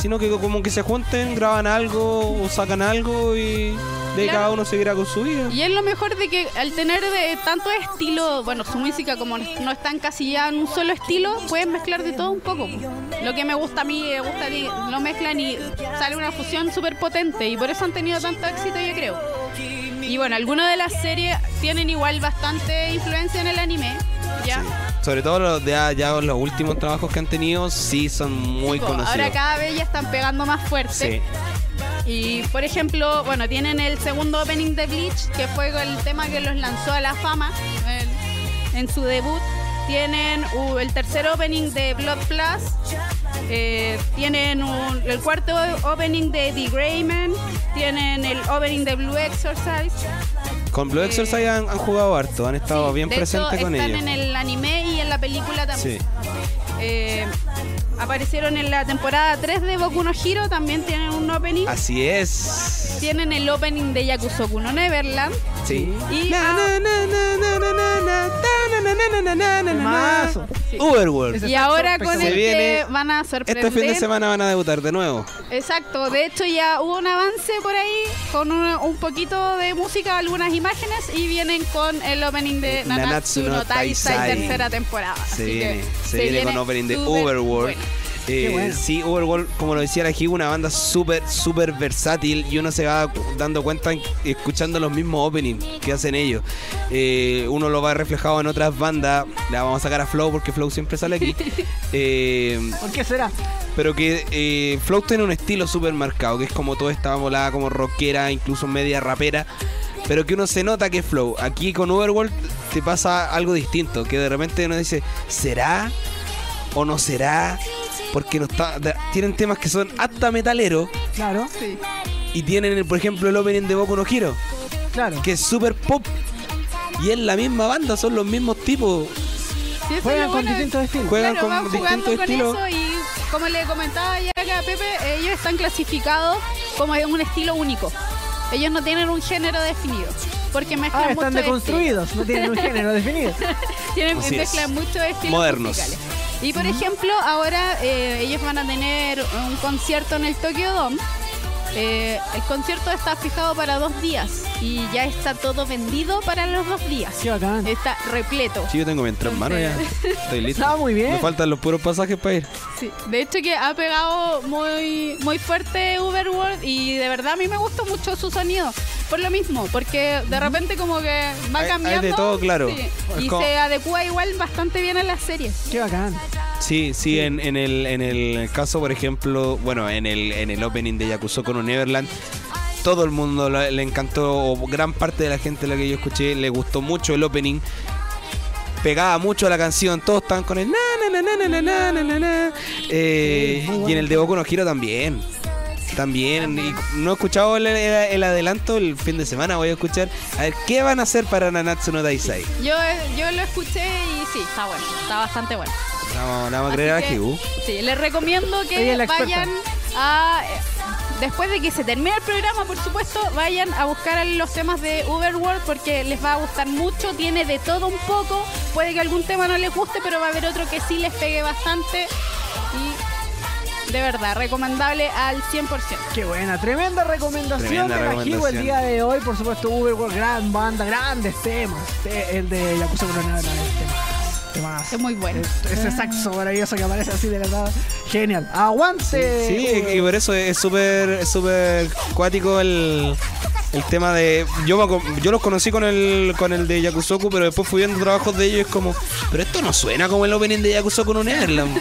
Speaker 2: sino que como que se junten, graban algo o sacan algo y de ahí
Speaker 3: Claro.
Speaker 2: cada uno seguirá con su vida.
Speaker 3: Y es lo mejor de que al tener de tanto estilo, bueno, su música como no está encasillada en un solo estilo, pueden mezclar de todo un poco. Lo que me gusta a mí, me gusta a ti, lo mezclan y sale una fusión súper potente y por eso han tenido tanto éxito, yo creo. Y bueno, algunas de las series tienen igual bastante influencia en el anime, ¿ya?
Speaker 2: Sobre todo los de ya los últimos trabajos que han tenido sí son muy
Speaker 3: Tipo,
Speaker 2: conocidos.
Speaker 3: Ahora cada vez ya están pegando más fuerte.
Speaker 2: sí.
Speaker 3: Y por ejemplo, bueno, tienen el segundo opening de Bleach, que fue el tema que los lanzó a la fama en, en su debut. Tienen uh, el tercer opening de Blood Plus. eh, tienen un- el cuarto opening de The Greyman. Tienen el opening de Blue Exorcise.
Speaker 2: Con Blue
Speaker 3: Eh,
Speaker 2: Exorcise han, han jugado harto, han estado
Speaker 3: Sí,
Speaker 2: Oh, bien
Speaker 3: de hecho,
Speaker 2: presentes con
Speaker 3: están
Speaker 2: ellos.
Speaker 3: en el anime y en la película
Speaker 2: Sí.
Speaker 3: también. Eh, aparecieron en la temporada 3 de Boku no Hero. También tienen un opening.
Speaker 2: Así es.
Speaker 3: Tienen el opening de Yakusoku no Neverland.
Speaker 2: Sí.
Speaker 3: Y
Speaker 2: Na,
Speaker 3: ah,
Speaker 2: na, na, na, na, na, na, na, na, na, na, na, na, na, na.
Speaker 1: Mazo.
Speaker 3: Sí.
Speaker 2: Uberworld.
Speaker 1: Ese
Speaker 3: Y
Speaker 1: está
Speaker 3: ahora con
Speaker 2: Se
Speaker 3: el
Speaker 1: espectacular.
Speaker 2: viene
Speaker 3: que van a sorprender.
Speaker 2: Este fin de semana van a debutar de nuevo.
Speaker 3: Exacto, de hecho ya hubo un avance por ahí con una- un poquito de música, algunas imágenes y vienen con el opening de Nanatsu, no Taizai, tercera temporada.
Speaker 2: Se
Speaker 3: Así que
Speaker 2: viene, se viene con opening de
Speaker 3: súper
Speaker 2: Overworld.
Speaker 3: bueno.
Speaker 2: Eh,
Speaker 1: Qué bueno.
Speaker 2: Sí, Overworld, como lo decía la Jigu, una banda súper, súper versátil y uno se va dando cuenta en- escuchando los mismos openings que hacen ellos. Eh, uno lo va reflejado en otras bandas. La vamos a sacar a Flow porque Flow siempre sale aquí. Eh,
Speaker 1: ¿Por qué será?
Speaker 2: pero que eh, Flow tiene un estilo súper marcado, que es como toda esta volada como rockera, incluso media rapera, pero que uno se nota que es Flow. Aquí con Overworld te pasa algo distinto, que de repente uno dice, ¿será o no será? Porque no está, de- tienen temas que son hasta metalero
Speaker 1: Claro,
Speaker 3: Sí.
Speaker 2: y tienen, por ejemplo, el opening de Boku no Hero,
Speaker 1: claro.
Speaker 2: que es súper pop. Y es la misma banda, son los mismos tipos.
Speaker 3: Sí, eso es
Speaker 1: Juegan
Speaker 3: lo
Speaker 1: con
Speaker 3: bueno,
Speaker 1: distintos estilos.
Speaker 2: Juegan
Speaker 3: claro, van
Speaker 2: con
Speaker 3: jugando
Speaker 2: distintos
Speaker 3: con
Speaker 2: estilos.
Speaker 3: eso y como le comentaba ya que a Pepe, ellos están clasificados como en un estilo único. Ellos no tienen un género definido, porque mezclan
Speaker 1: Ah, están
Speaker 3: mucho este
Speaker 1: deconstruidos, no tienen un género definido.
Speaker 3: Tienen,
Speaker 2: Así es.
Speaker 3: mezclan muchos estilos
Speaker 2: Modernos.
Speaker 3: musicales. Y por ejemplo, ahora eh, ellos van a tener un concierto en el Tokyo Dome. Eh, el concierto está fijado para dos días y ya está todo vendido para los dos días.
Speaker 1: Qué bacán.
Speaker 3: Está repleto.
Speaker 2: Sí, yo tengo mi entrada en mano ya. Estoy listo.
Speaker 1: Está muy bien.
Speaker 2: Me faltan los puros pasajes para ir.
Speaker 3: Sí, de hecho que ha pegado muy, muy fuerte Uberworld y de verdad a mí me gusta mucho su sonido. Por lo mismo, porque de repente como que
Speaker 2: Hay-
Speaker 3: va
Speaker 2: hay
Speaker 3: cambiando.
Speaker 2: de todo, claro.
Speaker 3: sí,
Speaker 2: Es
Speaker 3: y
Speaker 2: como-
Speaker 3: se adecua igual bastante bien a las series.
Speaker 1: Qué bacán.
Speaker 2: Sí, sí, En, en el, en el caso, por ejemplo, bueno, en el, en el opening de Yakuza con Neverland, todo el mundo lo- le encantó, o gran parte de la gente a la que yo escuché le gustó mucho el opening. pegaba mucho la canción, todos estaban con el na na na na na na na na na. Eh, y en el de Boku no Hero también. También, y no he escuchado el, el- el adelanto, el fin de semana voy a escuchar. A ver, ¿qué van a hacer para Nanatsu no Daisai?
Speaker 3: Yo, yo lo escuché y sí, está bueno, está bastante bueno.
Speaker 2: Vamos, vamos a
Speaker 3: Así
Speaker 2: creer a
Speaker 3: que,
Speaker 2: Kibu.
Speaker 3: Sí, les recomiendo
Speaker 1: Ella
Speaker 3: que
Speaker 1: es la experta.
Speaker 3: vayan a. eh, Después de que se termine el programa, por supuesto, vayan a buscar los temas de Uberworld porque les va a gustar mucho. Tiene de todo un poco. Puede que algún tema no les guste, pero va a haber otro que sí les pegue bastante. Y de verdad, recomendable al 100%.
Speaker 1: Qué buena, tremenda recomendación
Speaker 2: Tremenda
Speaker 1: de la Jibo el
Speaker 2: recomendación.
Speaker 1: día de hoy. Por supuesto, Uberworld, gran banda, grandes temas. Te- El de Yakuza Coronada, tema. Temazo.
Speaker 3: Es muy bueno.
Speaker 1: Es- Ese saxo maravilloso que aparece así de la nada. Genial. Aguante.
Speaker 2: Sí, y- y
Speaker 1: Uberworld.
Speaker 2: por eso es súper es súper cuático el, el tema de yo me acom- yo los conocí con el con el de Yakusoku, pero después fui viendo trabajos de ellos y es como, pero esto no suena como el opening de Yakusoku no Neverland.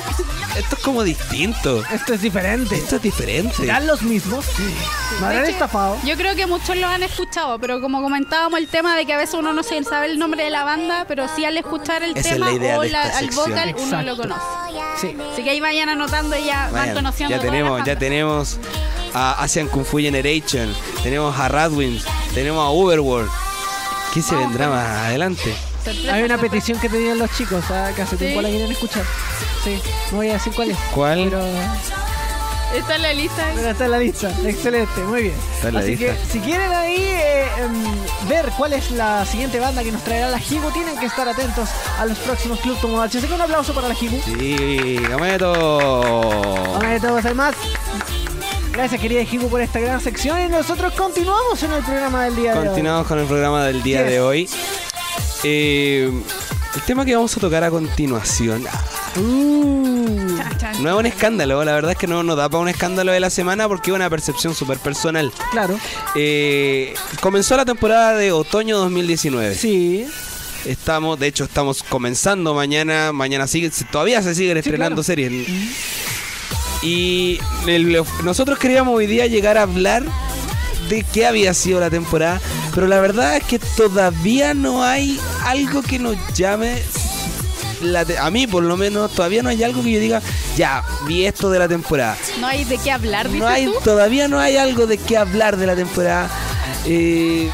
Speaker 2: Esto es como distinto.
Speaker 1: Esto es diferente.
Speaker 2: Esto es diferente.
Speaker 1: ¿Serán los mismos? ¿Me habrán
Speaker 3: De hecho,
Speaker 1: estafado?
Speaker 3: Yo creo que muchos lo han escuchado, pero como comentábamos el tema de que a veces uno no se sabe el nombre de la banda, pero sí al escuchar el
Speaker 2: Esa es
Speaker 3: tema
Speaker 2: la idea
Speaker 3: o
Speaker 2: de esta
Speaker 3: al
Speaker 2: sección.
Speaker 3: vocal uno lo
Speaker 1: Exacto.
Speaker 3: conoce.
Speaker 1: Sí.
Speaker 3: Así que ahí vayan anotando y ya van
Speaker 2: Vayan,
Speaker 3: conociendo.
Speaker 2: ya
Speaker 3: todas
Speaker 2: tenemos,
Speaker 3: las
Speaker 2: ya
Speaker 3: bandas.
Speaker 2: tenemos a Asian Kung Fu Generation, tenemos a Radwimps, tenemos a Uberworld. ¿Qué se vendrá más adelante?
Speaker 3: Sorpresa,
Speaker 1: Hay una
Speaker 3: sorpresa.
Speaker 1: petición que tenían los chicos ah, que hace tiempo la quieren escuchar. Sí, no voy a decir cuál es.
Speaker 2: ¿Cuál?
Speaker 1: Pero,
Speaker 3: Esta es la lista.
Speaker 1: pero está en la lista. Excelente, muy bien.
Speaker 2: Está en la
Speaker 1: Así
Speaker 2: lista.
Speaker 1: que si quieren ahí eh, em, ver cuál es la siguiente banda que nos traerá la Higu, tienen que estar atentos a los próximos Club Tomodachi. Así que un aplauso para la Higu.
Speaker 2: Sí, Gameto.
Speaker 1: Vamos a ver todos al más. Gracias querida Higu por esta gran sección y nosotros continuamos en el programa del día de hoy.
Speaker 2: Continuamos con el programa del día
Speaker 1: Yes.
Speaker 2: de hoy. Eh, el tema que vamos a tocar a continuación
Speaker 1: Uh,
Speaker 3: Chan, chan.
Speaker 2: no es un escándalo, la verdad es que no nos da para un escándalo de la semana porque es una percepción súper personal.
Speaker 1: claro.
Speaker 2: Eh, comenzó la temporada de otoño 2019.
Speaker 1: Sí.
Speaker 2: Estamos, de hecho, estamos comenzando mañana. Mañana sigue, todavía se siguen
Speaker 1: claro.
Speaker 2: estrenando series. Y el- nosotros queríamos hoy día llegar a hablar de qué había sido la temporada, pero la verdad es que todavía no hay algo que nos llame. la te- a mí, por lo menos, todavía no hay algo que yo diga, ya, vi esto de la temporada.
Speaker 3: No hay de qué hablar, dices
Speaker 2: No hay,
Speaker 3: tú.
Speaker 2: todavía no hay algo de qué hablar de la temporada. Eh,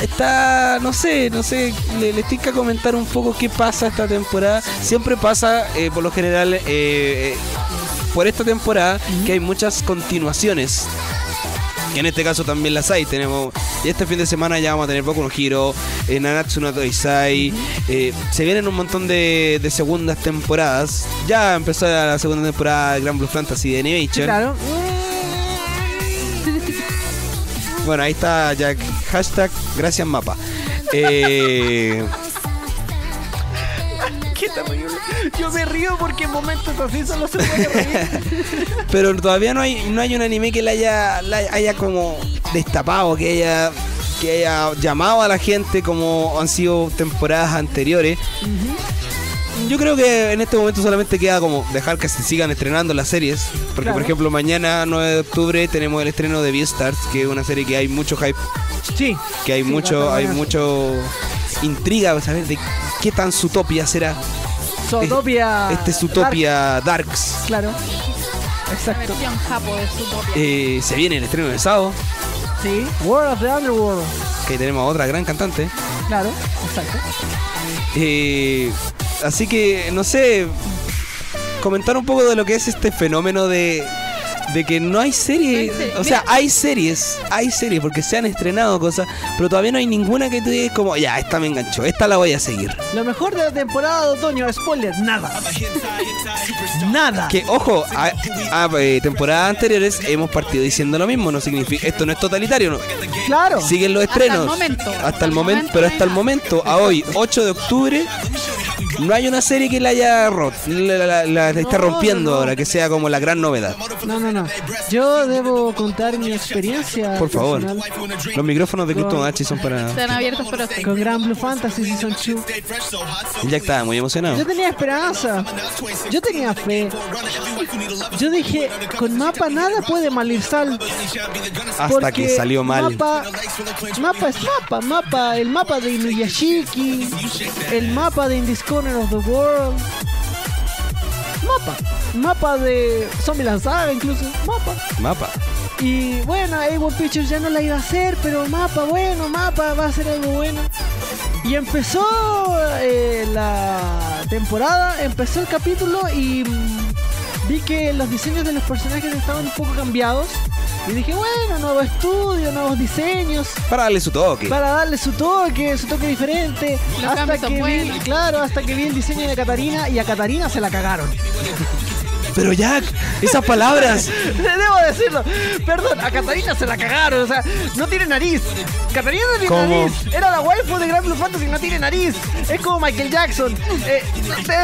Speaker 2: está, no sé, no sé, le- les tinca comentar un poco qué pasa esta temporada. Siempre pasa, eh, por lo general, eh, eh, por esta temporada, que hay muchas continuaciones. Que en este caso también las hay. Tenemos. Y este fin de semana ya vamos a tener Boku no Hero, eh, Nanatsu no Taizai. eh, se vienen un montón de, de segundas temporadas. Ya empezó la segunda temporada de Grand Blue Fantasy de Animation.
Speaker 1: Claro.
Speaker 2: Bueno, ahí está Jack. Hashtag gracias mapa. Eh,
Speaker 1: Qué terrible. Yo me río porque en momentos así solo se puede reír.
Speaker 2: pero todavía no hay, no hay un anime que la haya, la haya como destapado, que haya, que haya llamado a la gente como han sido temporadas anteriores. Yo creo que en este momento solamente queda como dejar que se sigan estrenando las series. Porque,
Speaker 1: Claro.
Speaker 2: por ejemplo, mañana, 9 de octubre, tenemos el estreno de Beastars, que es una serie que hay mucho hype
Speaker 1: Sí.
Speaker 2: que hay
Speaker 1: Sí, va a
Speaker 2: mucho
Speaker 1: estar
Speaker 2: hay
Speaker 1: buena.
Speaker 2: mucho intriga para saber de qué tan Zootopia será
Speaker 1: Zootopia.
Speaker 2: este Zootopia Darks.
Speaker 1: Dark, claro.
Speaker 3: La
Speaker 1: Exacto.
Speaker 3: versión japo de su propia.
Speaker 2: Eh, se viene el estreno de Sao,
Speaker 1: Sí. World of the Underworld.
Speaker 2: que tenemos a otra gran cantante.
Speaker 1: Claro. Exacto.
Speaker 2: Eh, así que, no sé, comentar un poco de lo que es este fenómeno de, de que no hay series.
Speaker 3: No hay serie.
Speaker 2: O sea, hay series, hay series, porque se han estrenado cosas, pero todavía no hay ninguna que tú digas como, ya, esta me enganchó, esta la voy a seguir.
Speaker 1: Lo mejor de la temporada de otoño, spoiler, nada. nada.
Speaker 2: Que ojo, a, a- eh, temporadas anteriores hemos partido diciendo lo mismo, no significa esto no es totalitario, no.
Speaker 1: Claro.
Speaker 2: Siguen los
Speaker 3: Hasta el
Speaker 2: estrenos.
Speaker 3: momento.
Speaker 2: Hasta el momento, pero hasta el momento, a hoy, 8 de octubre, No hay una serie que la haya roto, la, la- la- la está
Speaker 1: No, no,
Speaker 2: rompiendo
Speaker 1: no.
Speaker 2: ahora, que sea como la gran novedad.
Speaker 1: No, no, no. Yo debo contar mi experiencia.
Speaker 2: Por favor.
Speaker 1: personal
Speaker 2: Los micrófonos de Custom
Speaker 1: No.
Speaker 2: H son para.
Speaker 3: Están abiertos para usted.
Speaker 1: Con Gran Blue Fantasy Season 2.
Speaker 2: Ya estaba muy
Speaker 1: Yo
Speaker 2: emocionado.
Speaker 1: tenía esperanza. Yo tenía fe. Yo dije, con mapa nada puede mal ir sal.
Speaker 2: Hasta que
Speaker 1: porque
Speaker 2: salió mal.
Speaker 1: Mapa, mapa es mapa, mapa. El mapa de Inuyashiki. El mapa de In This Corner of the World. Mapa. Mapa de Zombie Lanzada, incluso. Mapa.
Speaker 2: Mapa.
Speaker 1: Y bueno, A1 Pictures ya no la iba a hacer, pero mapa, bueno, mapa, va a ser algo bueno. Y empezó eh, la temporada, empezó el capítulo y mm, vi que los diseños de los personajes estaban un poco cambiados. Y dije, bueno, nuevo estudio, nuevos diseños,
Speaker 2: Para darle su toque.
Speaker 1: para darle su toque, su toque diferente.
Speaker 3: Los
Speaker 1: hasta
Speaker 3: cambios son
Speaker 1: que vi,
Speaker 3: buenos.
Speaker 1: claro, hasta que vi el diseño de Catarina y a Catarina se la cagaron.
Speaker 2: Pero Jack, esas palabras.
Speaker 1: Debo decirlo. Perdón, a Catarina se la cagaron. O sea, no tiene nariz. Catarina no tiene
Speaker 2: ¿Cómo?
Speaker 1: nariz. Era la waifu de Grand Blue Fantasy, no tiene nariz. Es como Michael Jackson. Eh,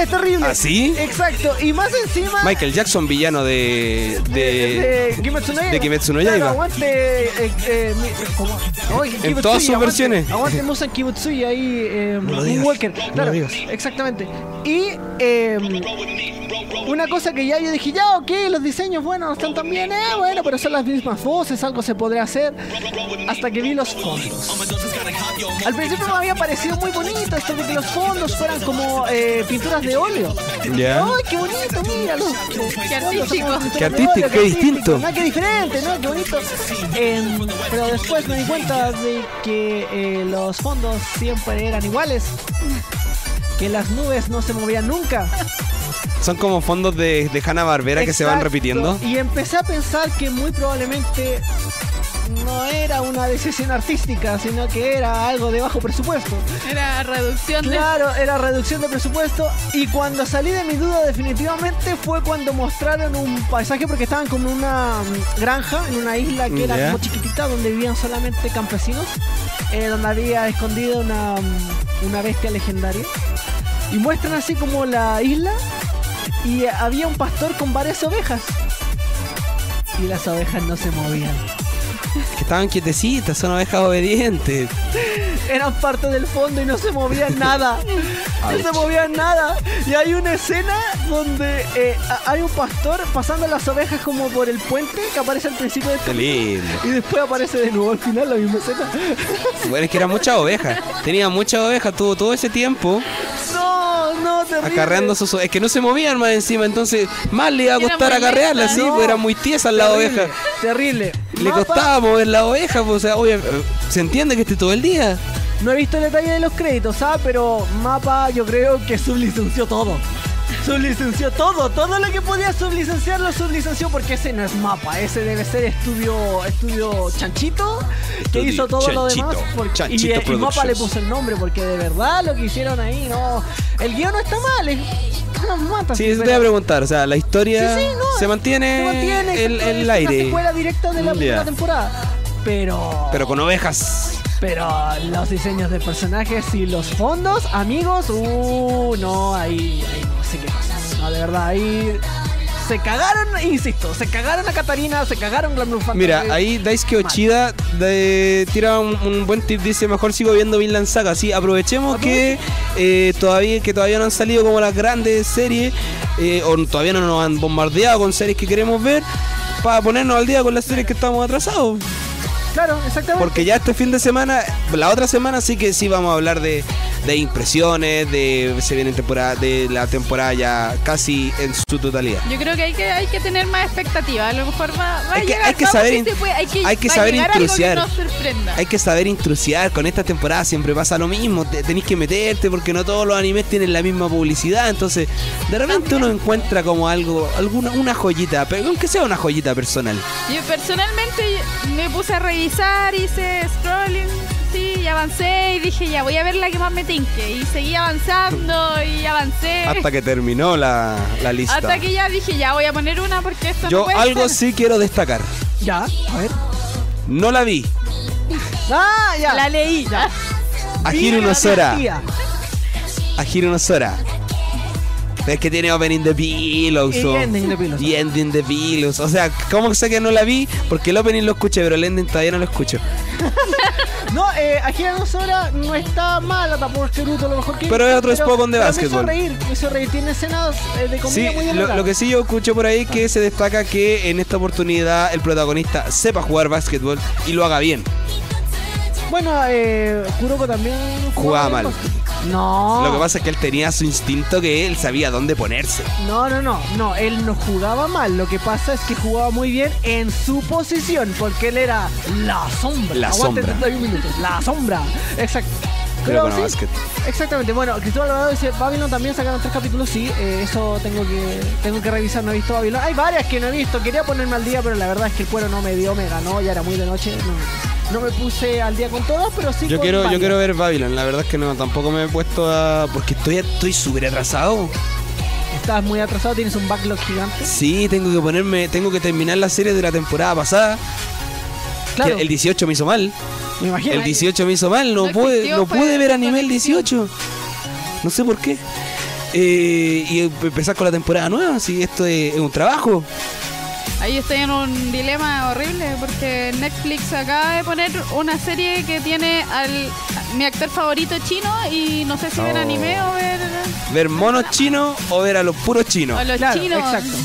Speaker 1: es terrible.
Speaker 2: ¿Ah, sí?
Speaker 1: Exacto. Y más encima.
Speaker 2: Michael Jackson, villano de. de.
Speaker 1: de Kimetsu no Yaiba.
Speaker 2: de Kimetsu no
Speaker 1: Claro,
Speaker 2: Yaiba.
Speaker 1: aguante, eh, eh, mi- ¿cómo? Ay, Kimetsuya,
Speaker 2: todas sus
Speaker 1: aguante,
Speaker 2: versiones.
Speaker 1: Aguante Musan Kibutsuya y eh,
Speaker 2: lo digas,
Speaker 1: Moonwalker.
Speaker 2: no lo
Speaker 1: Claro,
Speaker 2: digas.
Speaker 1: exactamente. Y eh, una cosa que ya yo dije, ya, ok, los diseños, bueno, no están tan bien, eh, bueno, pero son las mismas voces, algo se podría hacer. Hasta que vi los fondos. Al principio me había parecido muy bonito esto de que los fondos fueran como eh, pinturas de óleo.
Speaker 2: Ya.
Speaker 1: ¡Ay, qué bonito! Mira, los, los-
Speaker 3: artístico.
Speaker 1: los-
Speaker 2: Qué artístico, qué distinto.
Speaker 1: no, qué diferente, ¿no? Qué bonito. Em, pero después me di cuenta de que eh, los fondos siempre eran iguales. Que las nubes no se movían nunca.
Speaker 2: Son como fondos de, de Hanna Barbera que se van
Speaker 1: Exacto.
Speaker 2: repitiendo.
Speaker 1: Y empecé a pensar que muy probablemente no era una decisión artística, sino que era algo de bajo presupuesto.
Speaker 3: Era reducción de
Speaker 1: Claro, era reducción de presupuesto. Y cuando salí de mi duda definitivamente fue cuando mostraron un paisaje porque estaban como en una mm, granja, en una isla que era
Speaker 2: Ya.
Speaker 1: como chiquitita, donde vivían solamente campesinos, eh, donde había escondida una, mm, una bestia legendaria. Y muestran así como la isla y eh, había un pastor con varias ovejas. Y las ovejas no se movían.
Speaker 2: Que estaban quietecitas, son ovejas obedientes.
Speaker 1: eran parte del fondo y no se movía nada. No se movía nada. Y hay una escena donde eh, a- hay un pastor pasando las ovejas como por el puente que aparece al principio del
Speaker 2: Qué
Speaker 1: capítulo.
Speaker 2: lindo.
Speaker 1: Y después aparece de nuevo al final la misma escena.
Speaker 2: Bueno, es que eran muchas ovejas. Tenía muchas ovejas, tuvo todo ese tiempo
Speaker 1: No, no, terrible.
Speaker 2: acarreando sus ovejas. Es que no se movían más encima, entonces más le iba a
Speaker 3: Era
Speaker 2: costar
Speaker 3: molesta.
Speaker 2: acarrearlas, sí,
Speaker 1: No.
Speaker 2: pues eran muy tiesas las
Speaker 1: Terrible,
Speaker 2: ovejas.
Speaker 1: Terrible.
Speaker 2: Le
Speaker 1: Mapa,
Speaker 2: costaba mover la oveja, pues, o sea, oye, se entiende que esté todo el día.
Speaker 1: No he visto el detalle de los créditos, ¿ah? Pero Mapa yo creo que sublicenció todo. Sublicenció todo, todo lo que podía sublicenciar lo sublicenció porque ese no es mapa, ese debe ser estudio estudio Chanchito que
Speaker 2: Estudio
Speaker 1: hizo todo lo
Speaker 2: Chanchito,
Speaker 1: demás porque-
Speaker 2: Chanchito
Speaker 1: y, eh, y mapa le
Speaker 2: Productions.
Speaker 1: puso el nombre porque de verdad lo que hicieron ahí no el guión no está mal, es una mata.
Speaker 2: Sí, eso te
Speaker 1: pero-
Speaker 2: voy a preguntar, o sea, la historia
Speaker 1: Sí, sí, no,
Speaker 2: se mantiene,
Speaker 1: se mantiene,
Speaker 2: Eh, el,
Speaker 1: exacto,
Speaker 2: el
Speaker 1: es una
Speaker 2: aire,
Speaker 1: secuela directa de la
Speaker 2: Ya.
Speaker 1: primera temporada, pero
Speaker 2: pero con ovejas.
Speaker 1: pero los diseños de personajes y los fondos, amigos, uh, no, ahí, ahí no sé qué pasa. No, de verdad, ahí se cagaron, insisto, se cagaron a Catarina, se cagaron Glam Blue Fantasy.
Speaker 2: Mira, ahí Daisuke Ochida de- tira un, un buen tip, dice, mejor sigo viendo Vinland Saga, sí, aprovechemos que eh, todavía que todavía no han salido como las grandes series, eh, o todavía no nos han bombardeado con series que queremos ver, para ponernos al día con las series que estamos atrasados.
Speaker 1: Claro, exactamente.
Speaker 2: Porque ya este fin de semana, la otra semana sí que sí vamos a hablar de, de impresiones, de se viene temporada, de la temporada ya casi en su totalidad.
Speaker 3: Yo creo que hay que, hay que tener más expectativa. A lo mejor va, va
Speaker 2: Hay
Speaker 3: a
Speaker 2: que-
Speaker 3: llegar.
Speaker 2: hay que
Speaker 3: vamos,
Speaker 2: saber
Speaker 3: sí
Speaker 2: in-
Speaker 3: se puede, hay que,
Speaker 2: hay que
Speaker 3: va a
Speaker 2: saber
Speaker 3: llegar algo
Speaker 2: intrusiar.
Speaker 3: Que nos sorprenda.
Speaker 2: Hay que saber intrusiar, con estas temporadas siempre pasa lo mismo, te- tenés que meterte porque no todos los animes tienen la misma publicidad, entonces de repente uno encuentra como algo, alguna una joyita, pero aunque sea una joyita personal.
Speaker 3: Yo personalmente me puse a revisar, hice scrolling, sí, y avancé y dije ya voy a ver la que más me tinque. Y seguí avanzando y avancé.
Speaker 2: Hasta que terminó la, la lista.
Speaker 3: Hasta que ya dije ya voy a poner una porque esto no
Speaker 2: Yo
Speaker 3: puede
Speaker 2: algo
Speaker 3: ser.
Speaker 2: sí quiero destacar.
Speaker 1: Ya, a ver.
Speaker 2: No la vi.
Speaker 1: Ah, ya.
Speaker 3: La leí.
Speaker 1: Ya.
Speaker 2: Akira
Speaker 1: Viva
Speaker 2: no
Speaker 1: la
Speaker 2: Sora.
Speaker 1: tía.
Speaker 2: A Hiro no Sora. Es que tiene Opening the Pillows.
Speaker 1: Y
Speaker 2: o-
Speaker 1: Ending the Pillows.
Speaker 2: Y Ending the Pillows. O sea, ¿cómo sé que no la vi? Porque el Opening lo escuché, pero el Ending todavía no lo escucho.
Speaker 1: No, eh, Akira Nozora no está mala tampoco, es Naruto, lo mejor que
Speaker 2: Pero es otro Spokon de
Speaker 1: pero
Speaker 2: básquetbol.
Speaker 1: Me hizo reír, me hizo reír. Tiene escenas eh, de comedia
Speaker 2: Sí,
Speaker 1: muy
Speaker 2: lo,
Speaker 1: elaboradas.
Speaker 2: lo que sí yo escuché por ahí que se destaca que en esta oportunidad el protagonista sepa jugar básquetbol y lo haga bien.
Speaker 1: Bueno, eh, Kuroko también
Speaker 2: Jugaba
Speaker 1: bien
Speaker 2: mal.
Speaker 1: básquet. No.
Speaker 2: Lo que pasa es que él tenía su instinto que él sabía dónde ponerse.
Speaker 1: No, no, no, no, él no jugaba mal. Lo que pasa es que jugaba muy bien en su posición, porque él era la sombra.
Speaker 2: La
Speaker 1: Aguante
Speaker 2: sombra.
Speaker 1: 31 minutos. La sombra. Exacto.
Speaker 2: Pero
Speaker 1: Pero
Speaker 2: con
Speaker 1: sí,
Speaker 2: básquet.
Speaker 1: Exactamente. Bueno, Cristóbal Alvarado dice, Babylon también sacaron tres capítulos, sí. eh, eso tengo que tengo que revisar, no he visto Babylon. Hay varias que no he visto, quería ponerme al día, pero la verdad es que el cuero no me dio, me ganó, ya era muy de noche. No, no me puse al día con todos, pero sí
Speaker 2: Yo
Speaker 1: con
Speaker 2: quiero, yo
Speaker 1: varias.
Speaker 2: quiero ver Babylon, la verdad es que no, tampoco me he puesto a. porque estoy estoy súper atrasado.
Speaker 1: Estás muy atrasado, tienes un backlog gigante.
Speaker 2: Sí, tengo que ponerme, tengo que terminar la serie de la temporada pasada.
Speaker 1: Claro,
Speaker 2: que El 18 me hizo mal.
Speaker 1: me imagino. eh.
Speaker 2: El 18 me hizo mal, no,
Speaker 3: No
Speaker 2: pude,
Speaker 3: existió,
Speaker 2: no
Speaker 3: fue
Speaker 2: pude ver
Speaker 3: una
Speaker 2: anime el
Speaker 3: conexión.
Speaker 2: 18. No sé por qué. Eh, y empezar con la temporada nueva, si esto es, es un trabajo.
Speaker 3: Ahí estoy en un dilema horrible porque Netflix acaba de poner una serie que tiene al mi actor favorito chino y no sé si ver
Speaker 2: Oh.
Speaker 3: anime o ver
Speaker 2: Ver monos chinos o ver a los puros chinos.
Speaker 3: a los
Speaker 1: Claro,
Speaker 3: chinos.
Speaker 1: exacto.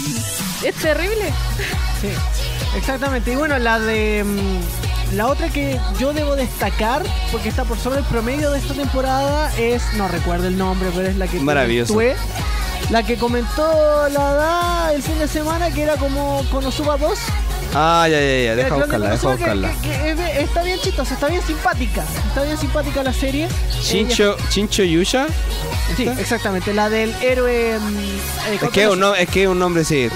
Speaker 3: Es terrible.
Speaker 1: Sí, exactamente. Y bueno, la de. mm, La otra que yo debo destacar, porque está por sobre el promedio de esta temporada, es. No recuerdo el nombre, pero es la que.
Speaker 2: Maravilloso.
Speaker 1: tuve, la que comentó la da el fin de semana, que era como Konosuba 2.
Speaker 2: Ah, ya, ya, ya,
Speaker 1: Era
Speaker 2: deja
Speaker 1: el clon de
Speaker 2: buscarla, deja
Speaker 1: Konosuba, que-
Speaker 2: buscarla.
Speaker 1: que- que es- está bien chistosa, está bien simpática. Está bien simpática la serie. Eh,
Speaker 2: Chincho, Chincho Yusha.
Speaker 1: Sí, exactamente. La del héroe. mm, eh,
Speaker 2: Es que es un, no- es que es un nombre, sí.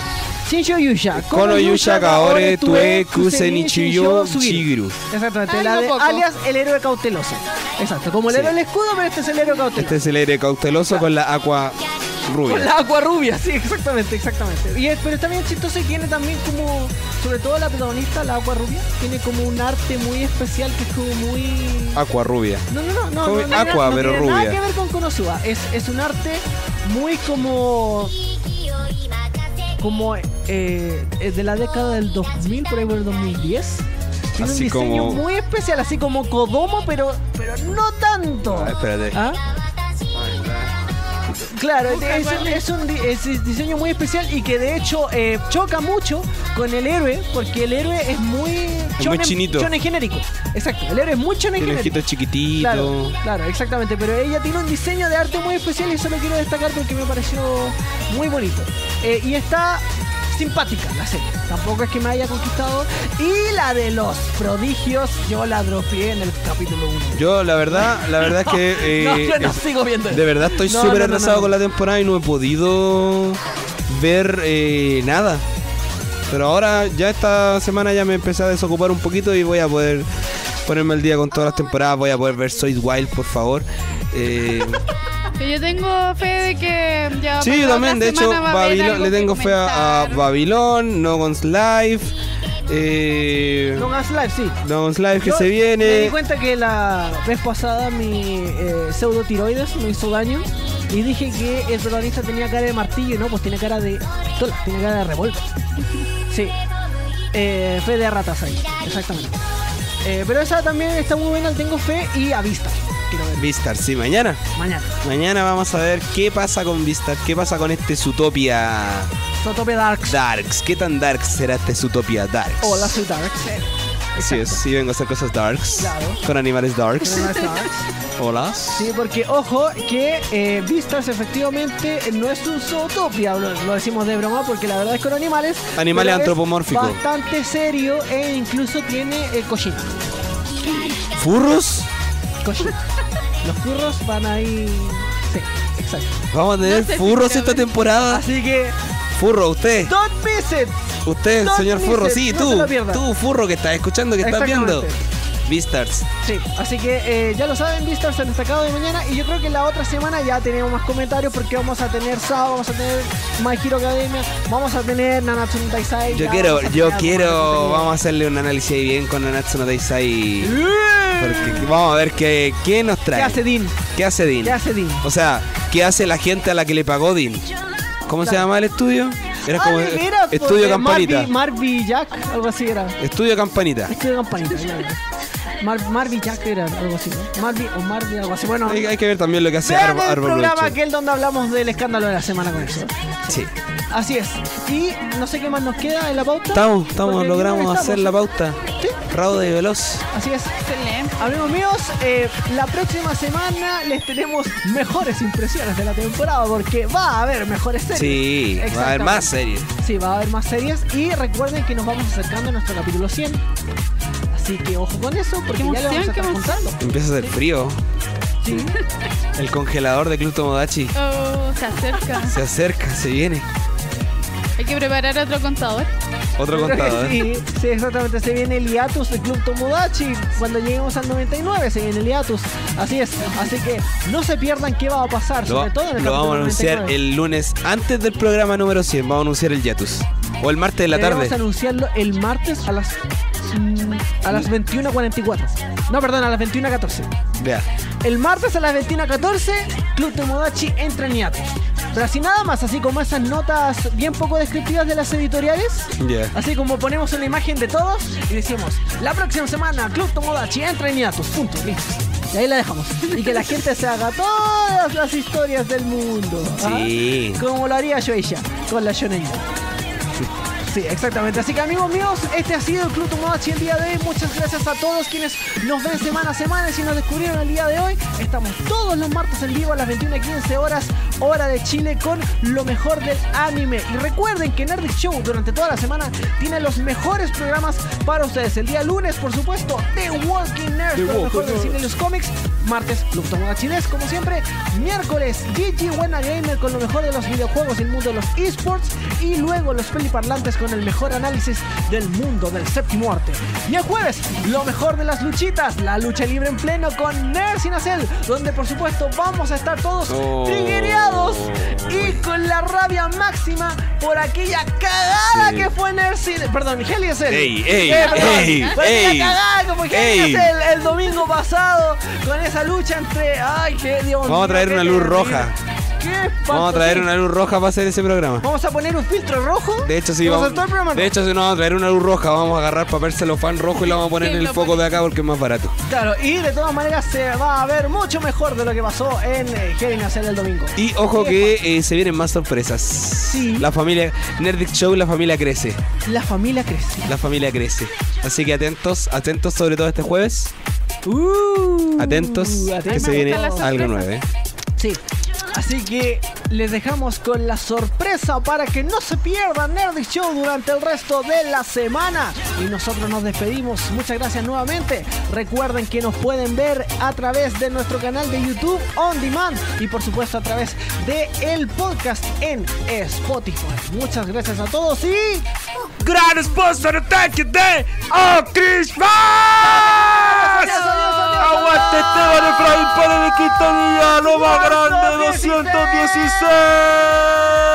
Speaker 1: Shinjo Yusha.
Speaker 2: Kono Yusha Kaore Tue Kuseni Chiyo
Speaker 1: Sugiru.
Speaker 2: Shigiru.
Speaker 1: Exactamente,
Speaker 3: Ay,
Speaker 1: la
Speaker 3: no
Speaker 1: de
Speaker 3: poco.
Speaker 1: alias el héroe cauteloso. Exacto, como el
Speaker 2: Sí.
Speaker 1: héroe del escudo, pero este es el héroe cauteloso.
Speaker 2: Este es el aire cauteloso con la agua
Speaker 1: Con
Speaker 2: rubia.
Speaker 1: la agua rubia, sí, exactamente, exactamente. Y es- pero está bien chistoso y tiene también como, sobre todo la protagonista, la agua rubia, tiene como un arte muy especial que es como muy...
Speaker 2: Aqua rubia.
Speaker 1: No, no, no, no.
Speaker 2: Como
Speaker 1: no, no,
Speaker 2: Aqua,
Speaker 1: no
Speaker 2: pero
Speaker 1: tiene
Speaker 2: rubia.
Speaker 1: Nada que ver con Konosuba. Es, es un arte muy como. Como eh, eh, de la década del 2000, por ahí por el 2010. Tiene
Speaker 2: Así
Speaker 1: un diseño
Speaker 2: como-
Speaker 1: muy especial, así como Kodomo, pero, pero no tanto.
Speaker 2: Ah, espérate.
Speaker 1: ¿Ah? Claro, es,
Speaker 3: Busca
Speaker 1: es un-
Speaker 3: cuál es.
Speaker 1: es un di- es un diseño muy especial y que de hecho eh, choca mucho con el héroe, porque el héroe es muy.
Speaker 2: muy chinito.
Speaker 1: Shonen genérico. Exacto, el héroe es muy shonen
Speaker 2: Tiene
Speaker 1: genérico.
Speaker 2: ojitos chiquititos.
Speaker 1: Claro, claro, exactamente. Pero ella tiene un diseño de arte muy especial y eso lo quiero destacar porque me pareció muy bonito. Eh, y está simpática la serie. Tampoco es que me haya conquistado. Y la de los prodigios, yo la dropeé en el capítulo 1.
Speaker 2: Yo, la verdad, la verdad es que.
Speaker 1: no,
Speaker 2: eh,
Speaker 1: yo no
Speaker 2: es-
Speaker 1: sigo viendo
Speaker 2: de verdad estoy
Speaker 1: No,
Speaker 2: súper
Speaker 1: no, no,
Speaker 2: atrasado
Speaker 1: no.
Speaker 2: con la temporada y no he podido ver eh, nada. Pero ahora, ya esta semana ya me empecé a desocupar un poquito y voy a poder ponerme al día con todas las temporadas. Voy a poder ver Soy Wild, por favor. Eh,
Speaker 3: Y Yo tengo fe de que ya
Speaker 2: sí,
Speaker 3: para
Speaker 2: yo
Speaker 3: la
Speaker 2: también. De
Speaker 3: otra
Speaker 2: hecho,
Speaker 3: semana va a haber
Speaker 2: Babylon-
Speaker 3: algo
Speaker 2: le
Speaker 3: que
Speaker 2: tengo fe a, a
Speaker 3: comentar.
Speaker 2: Babilón, No Guns Life. Eh,
Speaker 1: No Gas Live, sí.
Speaker 2: No Guns Life que
Speaker 1: Yo
Speaker 2: se
Speaker 1: Me di
Speaker 2: viene.
Speaker 1: cuenta que la vez pasada mi pseudo tiroides me hizo daño y dije que el protagonista tenía cara de martillo y no, pues tiene cara de pistola, tiene cara de revólver. Sí. Eh, fe de ratas ahí, exactamente. Eh, pero esa también está muy buena, le tengo fe y a vista. Quiero ver
Speaker 2: Vistar, sí, mañana.
Speaker 1: mañana.
Speaker 2: Mañana vamos a ver qué pasa con Vistar, qué pasa con este Zootopia
Speaker 1: Sotope Darks.
Speaker 2: Darks. ¿Qué tan darks será este Zootopia Darks?
Speaker 1: Hola, soy Darks.
Speaker 2: Así es, sí, vengo a hacer cosas darks.
Speaker 1: Claro.
Speaker 2: Con animales darks.
Speaker 1: Pero no es Darks.
Speaker 2: Hola.
Speaker 1: Sí, porque ojo que eh, Vistas efectivamente no es un zootopia, lo, lo decimos de broma porque la verdad es con animales.
Speaker 2: Animales
Speaker 1: pero es
Speaker 2: antropomórficos.
Speaker 1: Bastante serio e incluso tiene el cochino.
Speaker 2: ¿Furros?
Speaker 1: Cochino. Los curros van ahí. Sí, exacto.
Speaker 2: Vamos a tener
Speaker 3: No sé si
Speaker 2: furros
Speaker 3: quiero
Speaker 2: esta
Speaker 3: ver.
Speaker 2: temporada.
Speaker 1: Así que,
Speaker 2: Furro, usted.
Speaker 1: don't miss it.
Speaker 2: Usted,
Speaker 1: No
Speaker 2: señor
Speaker 1: te
Speaker 2: furro.
Speaker 1: dice,
Speaker 2: Sí,
Speaker 1: no
Speaker 2: tú.
Speaker 1: te lo pierdas.
Speaker 2: tú, furro, que estás escuchando, que estás viendo.
Speaker 1: Exactamente.
Speaker 2: Vistars.
Speaker 1: Sí, así que eh, ya lo saben, Vistas el destacado de mañana. Y yo creo que la otra semana ya tenemos más comentarios porque vamos a tener sábado, vamos a tener My Hero Academia, vamos a tener Nanatsu no Taizai.
Speaker 2: Yo
Speaker 1: ya
Speaker 2: quiero,
Speaker 1: vamos a
Speaker 2: yo
Speaker 1: tener
Speaker 2: quiero.
Speaker 1: contenido.
Speaker 2: Vamos a hacerle un análisis ahí bien con Nanatsu no Taizai. Porque vamos a ver qué, qué nos
Speaker 1: ¿Qué
Speaker 2: trae.
Speaker 1: hace Dean?
Speaker 2: ¿Qué hace Dean?
Speaker 1: ¿Qué hace Dean?
Speaker 2: O sea, ¿qué hace la gente a la que le pagó Dean? ¿Cómo se llama el estudio? Era
Speaker 1: Ah,
Speaker 2: como
Speaker 1: de veras, pues,
Speaker 2: Estudio
Speaker 1: eh,
Speaker 2: Campanita.
Speaker 1: Marvi- Marvi Jack, algo así era.
Speaker 2: Estudio Campanita.
Speaker 1: Estudio Campanita, ya. Mar- Marvi Jack era algo así, ¿no? Marvi o Marvi, algo así. Bueno,
Speaker 2: Hay, hay que ver también lo que hace
Speaker 1: vean
Speaker 2: Arba,
Speaker 1: el
Speaker 2: Arba
Speaker 1: programa
Speaker 2: Productions.
Speaker 1: aquel donde hablamos del escándalo de la semana con eso.
Speaker 2: Sí.
Speaker 1: Así es. Y no sé qué más nos queda en la pauta.
Speaker 2: Estamos,
Speaker 1: Porque
Speaker 2: estamos,
Speaker 1: yo creo
Speaker 2: logramos
Speaker 1: que
Speaker 2: hacer la
Speaker 1: estamos.
Speaker 2: pauta. Rauda y veloz.
Speaker 1: Así es.
Speaker 3: Excelente.
Speaker 1: Amigos míos, eh, la próxima semana les tenemos mejores impresiones de la temporada porque va a haber mejores series.
Speaker 2: Sí, va a haber
Speaker 1: Exactamente.
Speaker 2: más series.
Speaker 1: Sí, va a haber más series y recuerden que nos vamos acercando a nuestro capítulo 100. Así que ojo con eso porque
Speaker 3: Qué
Speaker 1: ya lo vamos a
Speaker 3: emoción, qué
Speaker 1: estar
Speaker 3: emoción.
Speaker 1: contando.
Speaker 2: Empieza a hacer frío.
Speaker 1: Sí.
Speaker 2: El congelador de Club Tomodachi
Speaker 3: Oh, se acerca.
Speaker 2: se acerca, se viene.
Speaker 3: Hay que preparar otro contador.
Speaker 2: Otro
Speaker 1: Creo que
Speaker 2: contador.
Speaker 1: sí, sí, exactamente. Se viene el hiatus del Club Tomodachi. Cuando lleguemos al 99 se viene el hiatus. Así es. Así que no se pierdan qué va a pasar,
Speaker 2: Lo,
Speaker 1: sobre todo en el
Speaker 2: lo vamos a
Speaker 1: capítulo
Speaker 2: anunciar
Speaker 1: 99.
Speaker 2: el lunes antes del programa número 100. Vamos a anunciar el Yatus. O el martes de la
Speaker 1: Deberíamos
Speaker 2: tarde.
Speaker 1: anunciarlo el martes a las mm, a las 21.44. No, perdón, a las 21.14.
Speaker 2: Vea.
Speaker 1: El martes a las 21.14, Club Tomodachi entra en hiato. Pero así nada más, así como esas notas bien poco descriptivas de las editoriales.
Speaker 2: Ya.
Speaker 1: Así como ponemos una imagen de todos y decimos, la próxima semana Club Tomodachi entra en hiatus. Punto, listo. Y ahí la dejamos. Y que la gente se haga todas las historias del mundo. ¿ah?
Speaker 2: Sí.
Speaker 1: Como lo haría yo ella, con la Shonen. Sí, exactamente. Así que amigos míos, este ha sido el Club Tomodachi el día de hoy. Muchas gracias a todos quienes nos ven semana a semana y si nos descubrieron el día de hoy. Estamos todos los martes en vivo a las 21.15 horas, hora de Chile, con lo mejor del anime. Y recuerden que Nerdic Show durante toda la semana tiene los mejores programas para ustedes. El día lunes, por supuesto, The Walking Nerd,
Speaker 2: The
Speaker 1: lo mejor
Speaker 2: Walking
Speaker 1: del
Speaker 2: Nerd.
Speaker 1: cine y los cómics. Martes, Club Tomodachi Desk, como siempre. Miércoles, GG Buena Gamer con lo mejor de los videojuegos y el mundo de los esports. Y luego los peliparlantes con el mejor análisis del mundo del séptimo arte. Y el jueves, lo mejor de las luchitas, la lucha libre en pleno con Nerds sin Acel, donde por supuesto vamos a estar todos
Speaker 2: Oh.
Speaker 1: triguereados y con la rabia máxima por aquella cagada
Speaker 2: Sí.
Speaker 1: que fue Nerds sin... Perdón, Hell y Acel.
Speaker 2: Ey, ey,
Speaker 1: Eh, perdón,
Speaker 2: ey,
Speaker 1: por aquella
Speaker 2: ey,
Speaker 1: cagada como Hell y
Speaker 2: ey.
Speaker 1: Acel el, el domingo pasado con esa lucha entre. ¡Ay, qué Dios
Speaker 2: Vamos a
Speaker 1: mío,
Speaker 2: traer
Speaker 1: qué
Speaker 2: una luz
Speaker 1: terrible!
Speaker 2: roja.
Speaker 1: ¡Qué espanto!
Speaker 2: Vamos a traer
Speaker 1: sí.
Speaker 2: una luz roja para hacer ese programa.
Speaker 1: Vamos a poner un filtro rojo.
Speaker 2: De hecho, sí,
Speaker 1: vamos.
Speaker 2: vamos.
Speaker 1: a todo el programa,
Speaker 2: De
Speaker 1: ¿no?
Speaker 2: hecho, sí, no, vamos a traer una luz roja. Vamos a agarrar papel celofán rojo y lo vamos a poner
Speaker 3: Sí,
Speaker 2: en el
Speaker 3: lo
Speaker 2: foco de acá porque es más barato.
Speaker 1: Claro, y de todas maneras se va a ver mucho mejor de lo que pasó en eh, Hell in a Cell el domingo.
Speaker 2: Y ojo que eh, se vienen más sorpresas.
Speaker 1: Sí.
Speaker 2: La familia Nerdic Show, la familia crece.
Speaker 1: La familia crece.
Speaker 2: La familia crece. Así que atentos, atentos sobre todo este jueves.
Speaker 1: Uh,
Speaker 2: Atentos, que
Speaker 1: atentos.
Speaker 2: se viene
Speaker 3: gustan las
Speaker 2: algo
Speaker 3: sorpresas.
Speaker 2: nuevo. ¿eh?
Speaker 1: Sí. Así que les dejamos con la sorpresa para que no se pierdan Nerdic Show durante el resto de la semana. Y nosotros nos despedimos. Muchas gracias nuevamente. Recuerden que nos pueden ver a través de nuestro canal de YouTube On Demand y por supuesto a través de el podcast en Spotify. Muchas gracias a todos y
Speaker 2: Gran sponsor ataque de Ocris Aguante
Speaker 1: ¡Adiós, adiós, adiós!
Speaker 2: Esteban Efraín Pérez de Quintanilla, lo más grande 216.